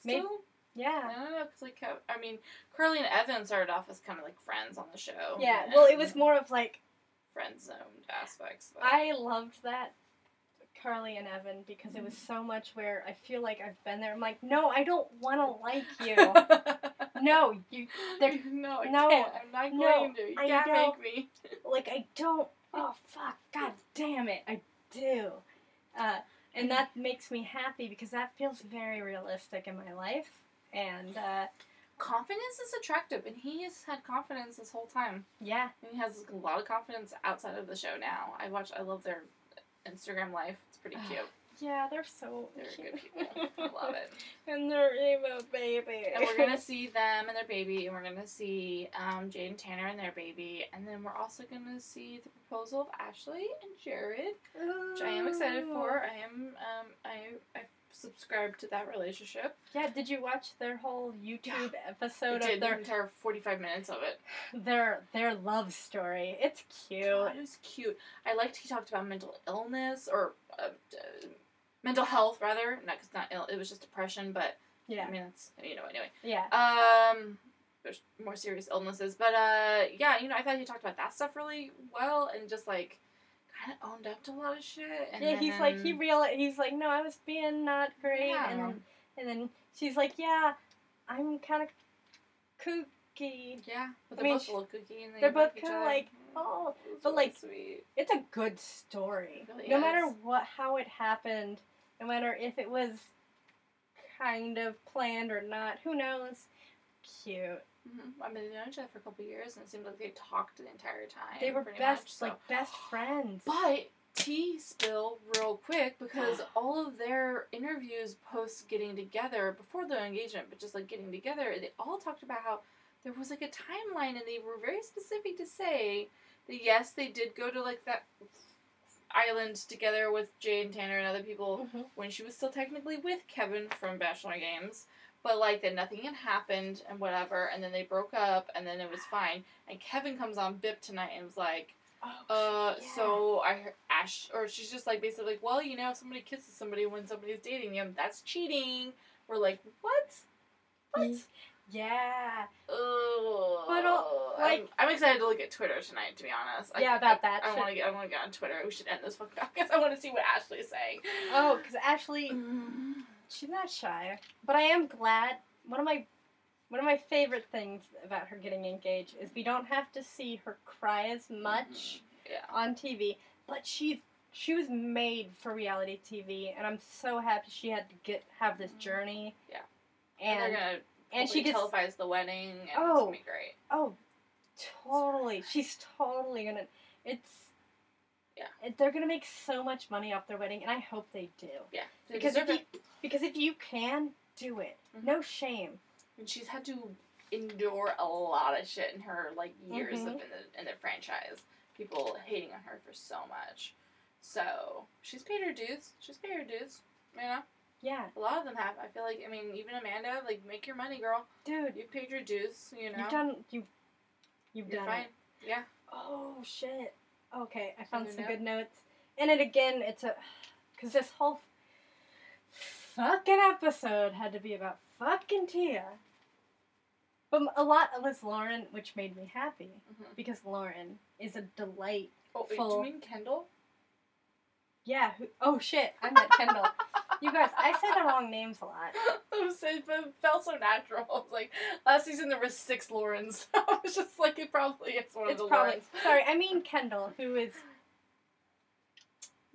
Speaker 2: May-
Speaker 1: Still,
Speaker 2: yeah,
Speaker 1: I don't know, 'cause, like how- I mean, Carly and Evan started off as kind of like friends on the show.
Speaker 2: yeah.
Speaker 1: and
Speaker 2: Well, it was more of like
Speaker 1: friend zoned aspects. But
Speaker 2: I loved that Carly and Evan because it was so much where I feel like I've been there. I'm like, no, I don't want to like you. no, you They're-
Speaker 1: no, I
Speaker 2: no,
Speaker 1: can't. I'm not
Speaker 2: no,
Speaker 1: going to. You
Speaker 2: I
Speaker 1: can't
Speaker 2: don't.
Speaker 1: make me.
Speaker 2: like I don't. Oh fuck! God damn it! I do, uh, and that makes me happy because that feels very realistic in my life. And uh,
Speaker 1: Confidence is attractive, and he has had confidence this whole time.
Speaker 2: yeah,
Speaker 1: And he has a lot of confidence outside of the show now. I watch. I love their Instagram life. It's pretty
Speaker 2: Ugh,
Speaker 1: cute.
Speaker 2: yeah, they're so
Speaker 1: They're
Speaker 2: cute.
Speaker 1: good people. I love it.
Speaker 2: and they're emo baby.
Speaker 1: And we're gonna see them and their baby, and we're gonna see um, Jade and Tanner and their baby, and then we're also gonna see the proposal of Ashley and Jared, which I am excited
Speaker 2: Oh.
Speaker 1: for. I am um, I I subscribe to that relationship.
Speaker 2: Yeah, did you watch their whole YouTube
Speaker 1: I
Speaker 2: episode of
Speaker 1: did the
Speaker 2: their
Speaker 1: entire forty five minutes of it.
Speaker 2: their their love story? It's cute.
Speaker 1: God, it was cute. I liked he talked about mental illness or uh, uh, mental health rather, not because not ill. It was just depression, but
Speaker 2: Yeah,
Speaker 1: I mean that's you know anyway.
Speaker 2: yeah.
Speaker 1: Um, there's more serious illnesses, but uh, yeah, you know, I thought he talked about that stuff really well and just like kind of owned up to a lot of shit. And
Speaker 2: yeah, he's like
Speaker 1: then- um,
Speaker 2: he real. He's like, no, I was being not great,
Speaker 1: Yeah.
Speaker 2: and then and then she's like, yeah, I'm kind of kook cookie.
Speaker 1: Yeah, but
Speaker 2: I
Speaker 1: they're
Speaker 2: mean,
Speaker 1: both
Speaker 2: sh-
Speaker 1: a little cookie and they
Speaker 2: They're both
Speaker 1: like each
Speaker 2: kind of
Speaker 1: other.
Speaker 2: like,
Speaker 1: Yeah.
Speaker 2: oh,
Speaker 1: It was
Speaker 2: but,
Speaker 1: really
Speaker 2: like,
Speaker 1: sweet.
Speaker 2: it's a good story.
Speaker 1: It really
Speaker 2: no matter
Speaker 1: is.
Speaker 2: what, how it happened, no matter if it was kind of planned or not, who knows? Cute.
Speaker 1: Mhm. I mean, they know each other for a couple years, and it seemed like they talked the entire time.
Speaker 2: They were
Speaker 1: pretty
Speaker 2: best,
Speaker 1: much, so.
Speaker 2: like best friends.
Speaker 1: But tea spill real quick because all of their interviews post getting together before their engagement, but just like getting together, they all talked about how there was like a timeline and they were very specific to say that yes, they did go to like that island together with Jay and Tanner and other people
Speaker 2: Mhm.
Speaker 1: when she was still technically with Kevin from Bachelor Games, but like that nothing had happened and whatever, and then they broke up and then it was fine. And Kevin comes on Bip tonight and was like, uh,
Speaker 2: Oh, Yeah.
Speaker 1: so I heard Ash, or she's just like basically like, well, you know, if somebody kisses somebody when somebody's dating them, that's cheating. We're like, what? What?
Speaker 2: Mm. Yeah.
Speaker 1: Oh,
Speaker 2: But, uh, like-
Speaker 1: I'm, I'm excited to look at Twitter tonight. To be honest, I-
Speaker 2: Yeah, about
Speaker 1: I-
Speaker 2: that
Speaker 1: I
Speaker 2: shit.
Speaker 1: want to get. I want to get on Twitter. We should end this fucking podcast. I want to see what Ashley's saying.
Speaker 2: Oh, mm-hmm. because Ashley, she's not shy, but I am glad. One of my one of my favorite things about her getting engaged is we don't have to see her cry as much
Speaker 1: Yeah.
Speaker 2: on TV, but she's she was made for reality TV, and I'm so happy she had to get have this journey.
Speaker 1: Mm-hmm. Yeah. And,
Speaker 2: and
Speaker 1: they're gonna
Speaker 2: and she gets
Speaker 1: televised the wedding. And it's
Speaker 2: Oh.
Speaker 1: gonna be great.
Speaker 2: oh, totally. She's totally gonna. It's
Speaker 1: Yeah.
Speaker 2: it- They're gonna make so much money off their wedding, and I hope they do.
Speaker 1: Yeah, They
Speaker 2: Because
Speaker 1: deserve
Speaker 2: if
Speaker 1: it.
Speaker 2: you, because if you can do it,
Speaker 1: Mhm.
Speaker 2: no shame.
Speaker 1: And she's had to endure a lot of shit in her like years
Speaker 2: Mhm.
Speaker 1: of in the in the franchise. People hating on her for so much. So she's paid her dues. She's paid her dues. You know,
Speaker 2: Yeah,
Speaker 1: a lot of them have. I feel like I mean, even Amanda, like, make your money, girl.
Speaker 2: dude,
Speaker 1: You paid your dues. You know,
Speaker 2: you've done you, you've
Speaker 1: You're
Speaker 2: done
Speaker 1: fine.
Speaker 2: it.
Speaker 1: Yeah,
Speaker 2: Oh shit. Okay, I
Speaker 1: Another
Speaker 2: found some
Speaker 1: note?
Speaker 2: good notes. And it again, it's a, cause this whole fucking episode had to be about fucking Tia. But a lot was Lauren, which made me happy
Speaker 1: Mhm.
Speaker 2: because Lauren is a delight.
Speaker 1: Oh, wait,
Speaker 2: Full.
Speaker 1: do you mean Kendall?
Speaker 2: Yeah. Who, oh shit! I met Kendall. you guys, I say the wrong names a lot.
Speaker 1: I'm saying, but it felt so natural. I was like, last season there were six Laurens. I was just like, it probably is one
Speaker 2: It's
Speaker 1: of the
Speaker 2: probably
Speaker 1: Laurens.
Speaker 2: sorry. I mean Kendall, who is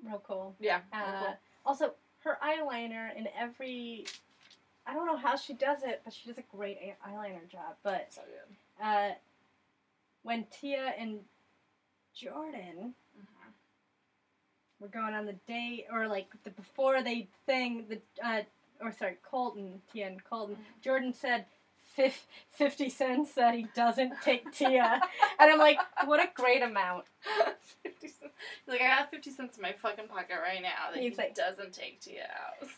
Speaker 2: real cool.
Speaker 1: Yeah.
Speaker 2: Uh, also, her eyeliner in every. I don't know how she does it, but she does a great eye- eyeliner job. But
Speaker 1: so good.
Speaker 2: uh, when Tia and Jordan
Speaker 1: Mhm.
Speaker 2: were going on the date, or like the before they thing, the uh, or sorry, Colton, Tia and Colton, Jordan said "Fif- 50 cents that he doesn't take Tia. and I'm like, what a great amount.
Speaker 1: 50 cents. He's like, I got 50 cents in my fucking pocket right now that
Speaker 2: He's
Speaker 1: he
Speaker 2: like-
Speaker 1: doesn't take to you out.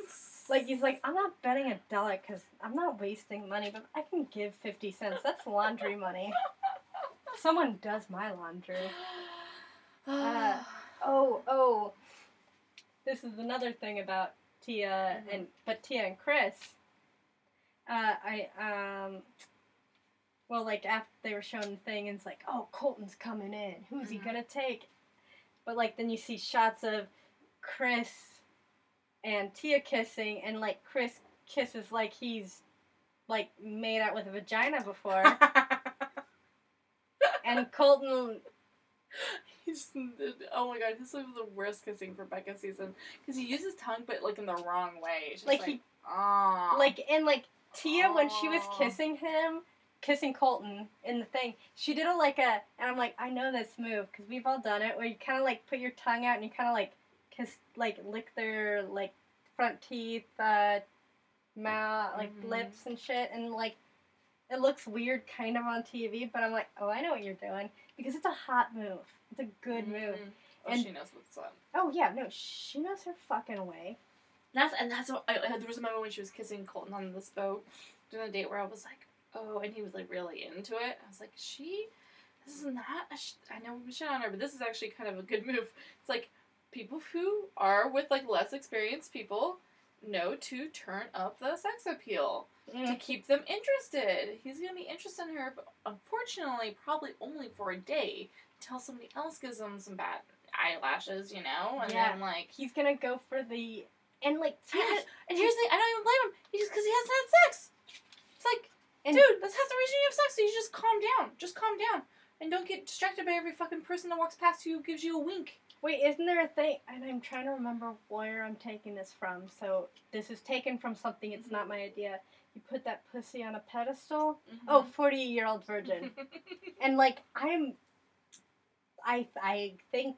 Speaker 2: Like he's like, I'm not betting a dollar because I'm not wasting money, but I can give fifty cents. That's laundry money. Someone does my laundry. Uh, Oh, oh. This is another thing about Tia and but Tia and Chris. Uh, I um. Well, like after they were shown the thing, and it's like, oh, Colton's coming in. Who's he
Speaker 1: Mhm.
Speaker 2: gonna take? But like then you see shots of Chris and Tia kissing, and like Chris kisses like he's like made out with a vagina before, and Colton
Speaker 1: He's, oh my god, this was the worst kissing for Becca season because he uses tongue, but like in the wrong way. It's just
Speaker 2: Like,
Speaker 1: like,
Speaker 2: he-
Speaker 1: "Aw."
Speaker 2: Like and like Tia when she was
Speaker 1: Aw.
Speaker 2: kissing him, kissing Colton in the thing, she did a like a and I'm like I know this move because we've all done it where you kind of like put your tongue out and you kind of like kiss like lick their like front teeth, uh, mouth, like
Speaker 1: Mhm.
Speaker 2: lips and shit and like it looks weird kind of on TV, but I'm like oh I know what you're doing because it's a hot move, it's a good move.
Speaker 1: Mhm. Oh,
Speaker 2: And-
Speaker 1: she knows what's up.
Speaker 2: Oh yeah, no, she knows her fucking way.
Speaker 1: And that's and that's what I, I- there was a moment when she was kissing Colton on this boat during the date where I was like, oh, and he was like really into it. I was like, she, this is not. A sh- I know we shit on her, but this is actually kind of a good move. It's like people who are with like less experienced people know to turn up the sex appeal to
Speaker 2: Mm.
Speaker 1: keep them interested. He's gonna be interested in her, but unfortunately, probably only for a day. Till somebody else gives him some bad eyelashes, you know, and
Speaker 2: Yeah.
Speaker 1: then like
Speaker 2: He's gonna go for the and like Tia's
Speaker 1: and here's the thing, I don't even blame him. He just because he hasn't had sex. It's like
Speaker 2: And-
Speaker 1: Dude, that's half the reason you have sex. So you just calm down. Just calm down. And don't get distracted by every fucking person that walks past you who gives you a wink.
Speaker 2: Wait, isn't there a thing? And I'm trying to remember where I'm taking this from. So this is taken from something. It's not my idea. You put that pussy on a pedestal.
Speaker 1: Mm-hmm.
Speaker 2: Oh, 40 year old virgin. and like I'm, I I think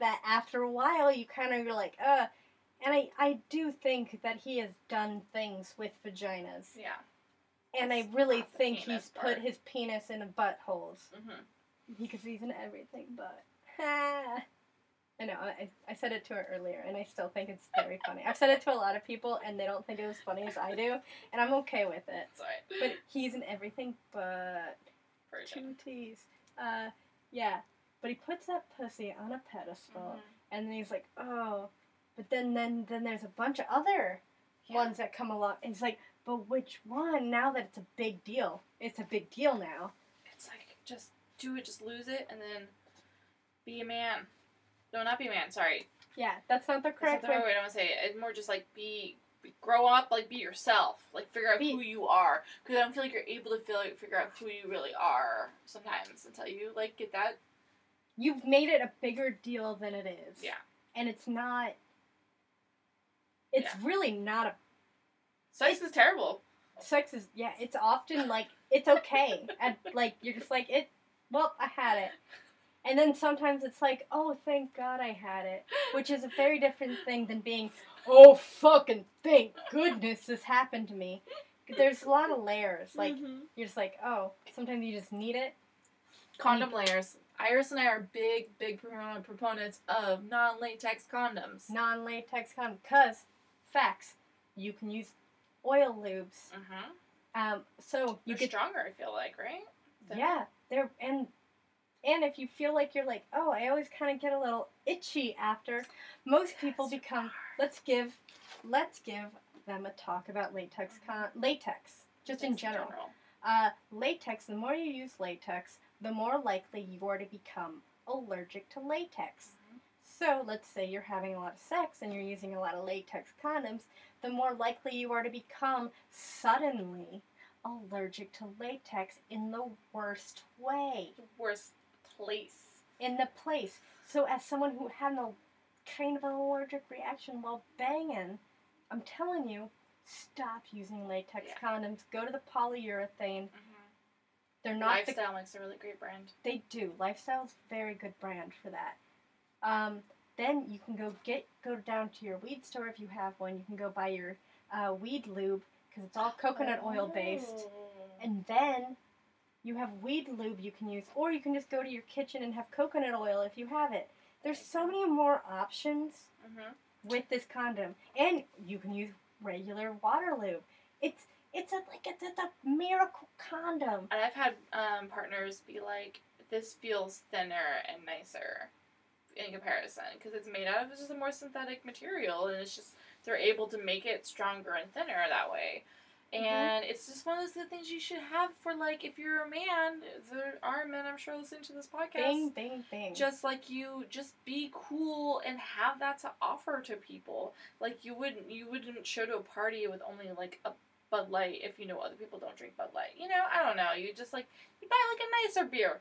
Speaker 2: that after a while you kind of you're like uh, and I I do think that he has done things with vaginas,
Speaker 1: yeah.
Speaker 2: and I
Speaker 1: It's
Speaker 2: really
Speaker 1: not the
Speaker 2: think
Speaker 1: penis
Speaker 2: he's
Speaker 1: part.
Speaker 2: put his penis in a butthole
Speaker 1: Mm-hmm.
Speaker 2: because he's in everything but. I know. I, I said it to her earlier, and I still think it's very funny. I've said it to a lot of people, and they don't think it as funny as I do, and I'm okay with it.
Speaker 1: Sorry.
Speaker 2: But he's in everything but
Speaker 1: Virgin.
Speaker 2: two T's. Uh, yeah. But he puts that pussy on a pedestal,
Speaker 1: Mhm.
Speaker 2: and then he's like, oh. But then, then, then there's a bunch of other
Speaker 1: Yeah.
Speaker 2: ones that come along, and it's like, but which one? Now that it's a big deal, it's a big deal now.
Speaker 1: It's like just do it, just lose it, and then be a man. No, not be a man. Sorry,
Speaker 2: Yeah, that's not the
Speaker 1: that's
Speaker 2: correct
Speaker 1: not the right
Speaker 2: way.
Speaker 1: way I want to say it. It's more just like be, be- grow up, like be yourself, like figure out
Speaker 2: Be-
Speaker 1: who you are. Because I don't feel like you're able to feel like, figure out who you really are sometimes until you like get that.
Speaker 2: You've made it a bigger deal than it is.
Speaker 1: Yeah.
Speaker 2: And it's not. It's really not a
Speaker 1: Sex is terrible.
Speaker 2: sex is yeah it's often like it's okay and like you're just like it well i had it and then sometimes it's like oh thank god i had it which is a very different thing than being oh fucking thank goodness this happened to me there's a lot of layers like
Speaker 1: Mm-hmm.
Speaker 2: you're just like oh sometimes you just need it
Speaker 1: condom layers. Iris and I are big, big pro- proponents of non-latex condoms.
Speaker 2: non-latex condom because facts you can use oil lubes
Speaker 1: Mm-hmm.
Speaker 2: um so you
Speaker 1: You're
Speaker 2: get
Speaker 1: stronger. I feel like, right? than-
Speaker 2: Yeah, they're and and if you feel like you're like, oh, I always kind of get a little itchy after. Most people
Speaker 1: Yes, you
Speaker 2: become. Let's give, let's give them a talk about latex
Speaker 1: Uh-huh.
Speaker 2: con latex just in
Speaker 1: Sex
Speaker 2: general. Uh, latex. The more you use latex, the more likely you are to become allergic to latex.
Speaker 1: Mm-hmm.
Speaker 2: So let's say you're having a lot of sex and you're using a lot of latex condoms, the more likely you are to become suddenly allergic to latex in the worst way,
Speaker 1: The worst place.
Speaker 2: in the place. So as someone who had a kind of an allergic reaction while banging, I'm telling you, stop using latex
Speaker 1: Yeah.
Speaker 2: condoms. Go to the polyurethane.
Speaker 1: Mm-hmm.
Speaker 2: They're not the
Speaker 1: Lifestyle makes a really great brand.
Speaker 2: They do. Lifestyle's a very good brand for that. Um, then you can go get go down to your weed store if you have one. You can go buy your uh, weed lube because it's all coconut oil
Speaker 1: Oh.
Speaker 2: based. And then you have weed lube you can use, or you can just go to your kitchen and have coconut oil if you have it. There's so many more options
Speaker 1: hmm
Speaker 2: with this condom, and you can use regular water lube. It's it's a like it's, it's a miracle condom.
Speaker 1: And I've had um, partners be like, "This feels thinner and nicer." In comparison, because it's made out of just a more synthetic material, and it's just they're able to make it stronger and thinner that way. And it's just one of those good things you should have for like if you're a man. There are men, I'm sure, listening to this podcast.
Speaker 2: Bing, bing, bing.
Speaker 1: just like you just be cool and have that to offer to people like you wouldn't you wouldn't show to a party with only like a bud light if you know other people don't drink bud light you know i don't know you just like you buy like a nicer beer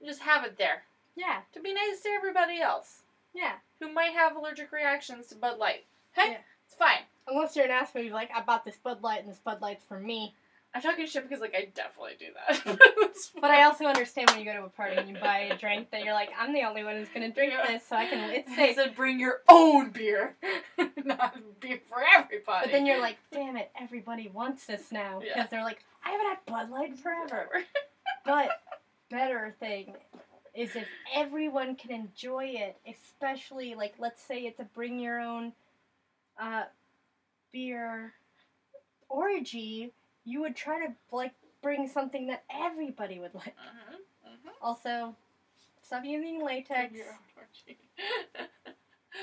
Speaker 1: and just have it there
Speaker 2: yeah,
Speaker 1: to be nice to everybody else
Speaker 2: yeah.
Speaker 1: who might have allergic reactions to bud light hey
Speaker 2: Yeah.
Speaker 1: it's fine
Speaker 2: Unless you're an asshole, you're like, I bought this Bud Light and this Bud Light's for me.
Speaker 1: i'm talking shit because like i definitely do that
Speaker 2: But I also understand when you go to a party and you buy a drink that you're like, I'm the only one who's gonna drink
Speaker 1: Yeah.
Speaker 2: this, so I can. It's
Speaker 1: they
Speaker 2: safe.
Speaker 1: said bring your own beer not beer for everybody
Speaker 2: But then you're like, damn it, everybody wants this now because
Speaker 1: Yeah.
Speaker 2: they're like, I haven't had Bud Light in forever. But better thing is if everyone can enjoy it, especially like let's say it's a bring your own uh, beer orgy, you would try to like bring something that everybody would like.
Speaker 1: Mhm, mhm.
Speaker 2: Also, stop using latex.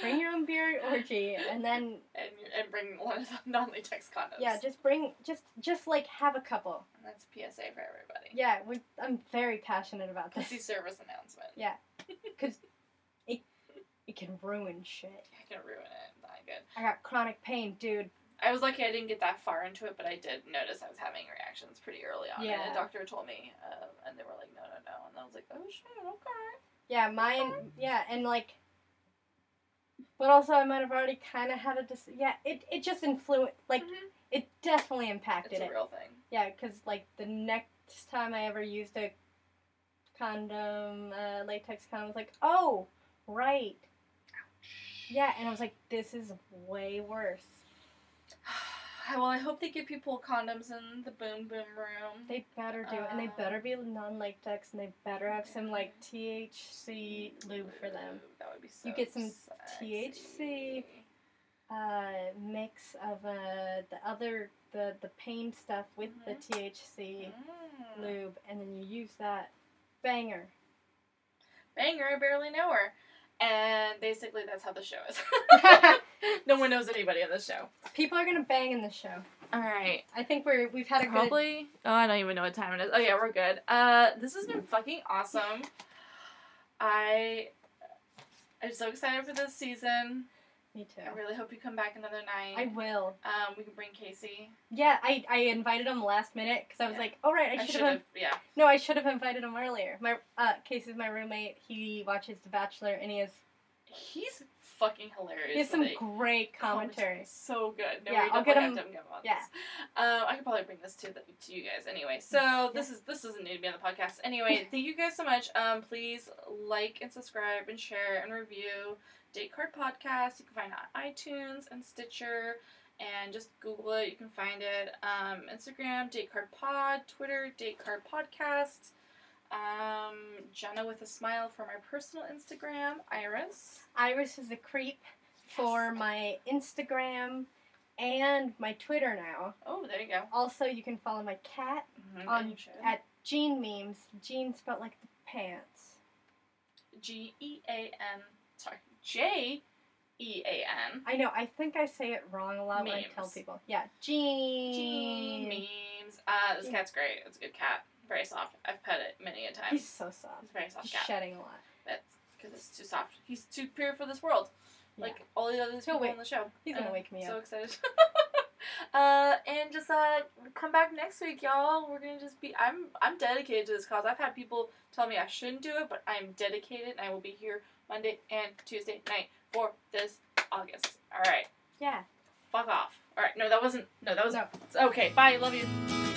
Speaker 2: Bring your own beer orgy, and then
Speaker 1: and, and bring one of the non-latex condoms.
Speaker 2: yeah, just bring just just like have a couple.
Speaker 1: And that's a PSA for everybody.
Speaker 2: Yeah, we, I'm very passionate about
Speaker 1: Pussy
Speaker 2: this.
Speaker 1: service announcement.
Speaker 2: It can ruin shit.
Speaker 1: I can ruin it. Not good.
Speaker 2: I got chronic pain, dude.
Speaker 1: I was lucky I didn't get that far into it, but I did notice I was having reactions pretty early on. And
Speaker 2: Yeah.
Speaker 1: the doctor told me, um, and they were like, no, no, no. And I was like, oh, shit, okay.
Speaker 2: Yeah, mine. Yeah, and like, but also I might have already kind of had a dis. Yeah, it it just influenced. Like,
Speaker 1: Mhm.
Speaker 2: it definitely impacted
Speaker 1: it's a
Speaker 2: it.
Speaker 1: real thing.
Speaker 2: Yeah, because like the next time I ever used a condom, uh, latex condom, I was like, oh, right. Yeah, and I was like, this is way worse.
Speaker 1: well, I hope they give people condoms in the boom boom room.
Speaker 2: They better do, and they
Speaker 1: Uh.
Speaker 2: better be non-latex, and they better have some like THC lube for them.
Speaker 1: Ooh, That would be so
Speaker 2: You get some
Speaker 1: sexy.
Speaker 2: THC. Uh, mix of uh the other the the pain stuff with
Speaker 1: Mhm.
Speaker 2: the THC
Speaker 1: Mm.
Speaker 2: lube, and then you use that banger.
Speaker 1: Banger, I barely know her. And basically, that's how the show is. no one knows anybody in the show.
Speaker 2: People are gonna bang in the show.
Speaker 1: All right.
Speaker 2: I think we're we've had a good.
Speaker 1: Probably. Oh, I don't even know what time it is. Oh, yeah, we're good. Uh, this has been fucking awesome. I. I'm so excited for this season.
Speaker 2: Me too.
Speaker 1: I really hope you come back another
Speaker 2: I
Speaker 1: night.
Speaker 2: will.
Speaker 1: Um, we can bring Casey.
Speaker 2: Yeah, I, I invited him last minute because I was
Speaker 1: Yeah.
Speaker 2: like, all right,
Speaker 1: I
Speaker 2: I should
Speaker 1: should have.
Speaker 2: have.
Speaker 1: Yeah.
Speaker 2: No, I should have invited him earlier. My uh, Casey's my roommate. He watches The Bachelor, and he has
Speaker 1: He's fucking hilarious.
Speaker 2: he has some
Speaker 1: like,
Speaker 2: great commentary.
Speaker 1: Um, So good. No,
Speaker 2: Yeah,
Speaker 1: we
Speaker 2: I'll get
Speaker 1: definitely
Speaker 2: him-
Speaker 1: have to him on
Speaker 2: yeah.
Speaker 1: this. Um, I could probably bring this to the, to you guys anyway. So this is this doesn't need to be on the podcast anyway. thank you guys so much. Um, please like and subscribe and share and review Date Card Podcast. You can find it on iTunes and Stitcher. And just Google it, you can find it. Um, Instagram, Date Card Pod, Twitter, Date Card Podcast. Um, Jenna with a smile for my personal Instagram, Iris.
Speaker 2: Iris is a creep for my Instagram and my Twitter now.
Speaker 1: Oh, there you go.
Speaker 2: Also, you can follow my cat
Speaker 1: Mhm,
Speaker 2: On-
Speaker 1: you should.
Speaker 2: at Jean Memes. Jean spelled like the pants.
Speaker 1: G E A N. Sorry, J E A N.
Speaker 2: I know. I think I say it wrong a lot when I tell
Speaker 1: Memes.
Speaker 2: people. Yeah, Jean. Mm.
Speaker 1: Jean memes. Uh, this
Speaker 2: Yeah.
Speaker 1: cat's great. It's a good cat. Very soft. I've pet it many a time.
Speaker 2: He's
Speaker 1: He's,
Speaker 2: so soft.
Speaker 1: a very soft
Speaker 2: He's
Speaker 1: cat.
Speaker 2: shedding a lot.
Speaker 1: That's because it's too soft. He's too pure for this world. Like all the other people
Speaker 2: wake-
Speaker 1: on the show.
Speaker 2: He's gonna
Speaker 1: Uh,
Speaker 2: wake me
Speaker 1: so
Speaker 2: up.
Speaker 1: excited. uh, and just uh, come back next week, y'all. We're gonna just be. I'm I'm dedicated to this cause. I've had people tell me I shouldn't do it, but I'm dedicated, and I will be here Monday and Tuesday night for this August. All right,
Speaker 2: Yeah.
Speaker 1: fuck off. All right, no, that wasn't. No, that was.
Speaker 2: No.
Speaker 1: Okay, bye. Love you.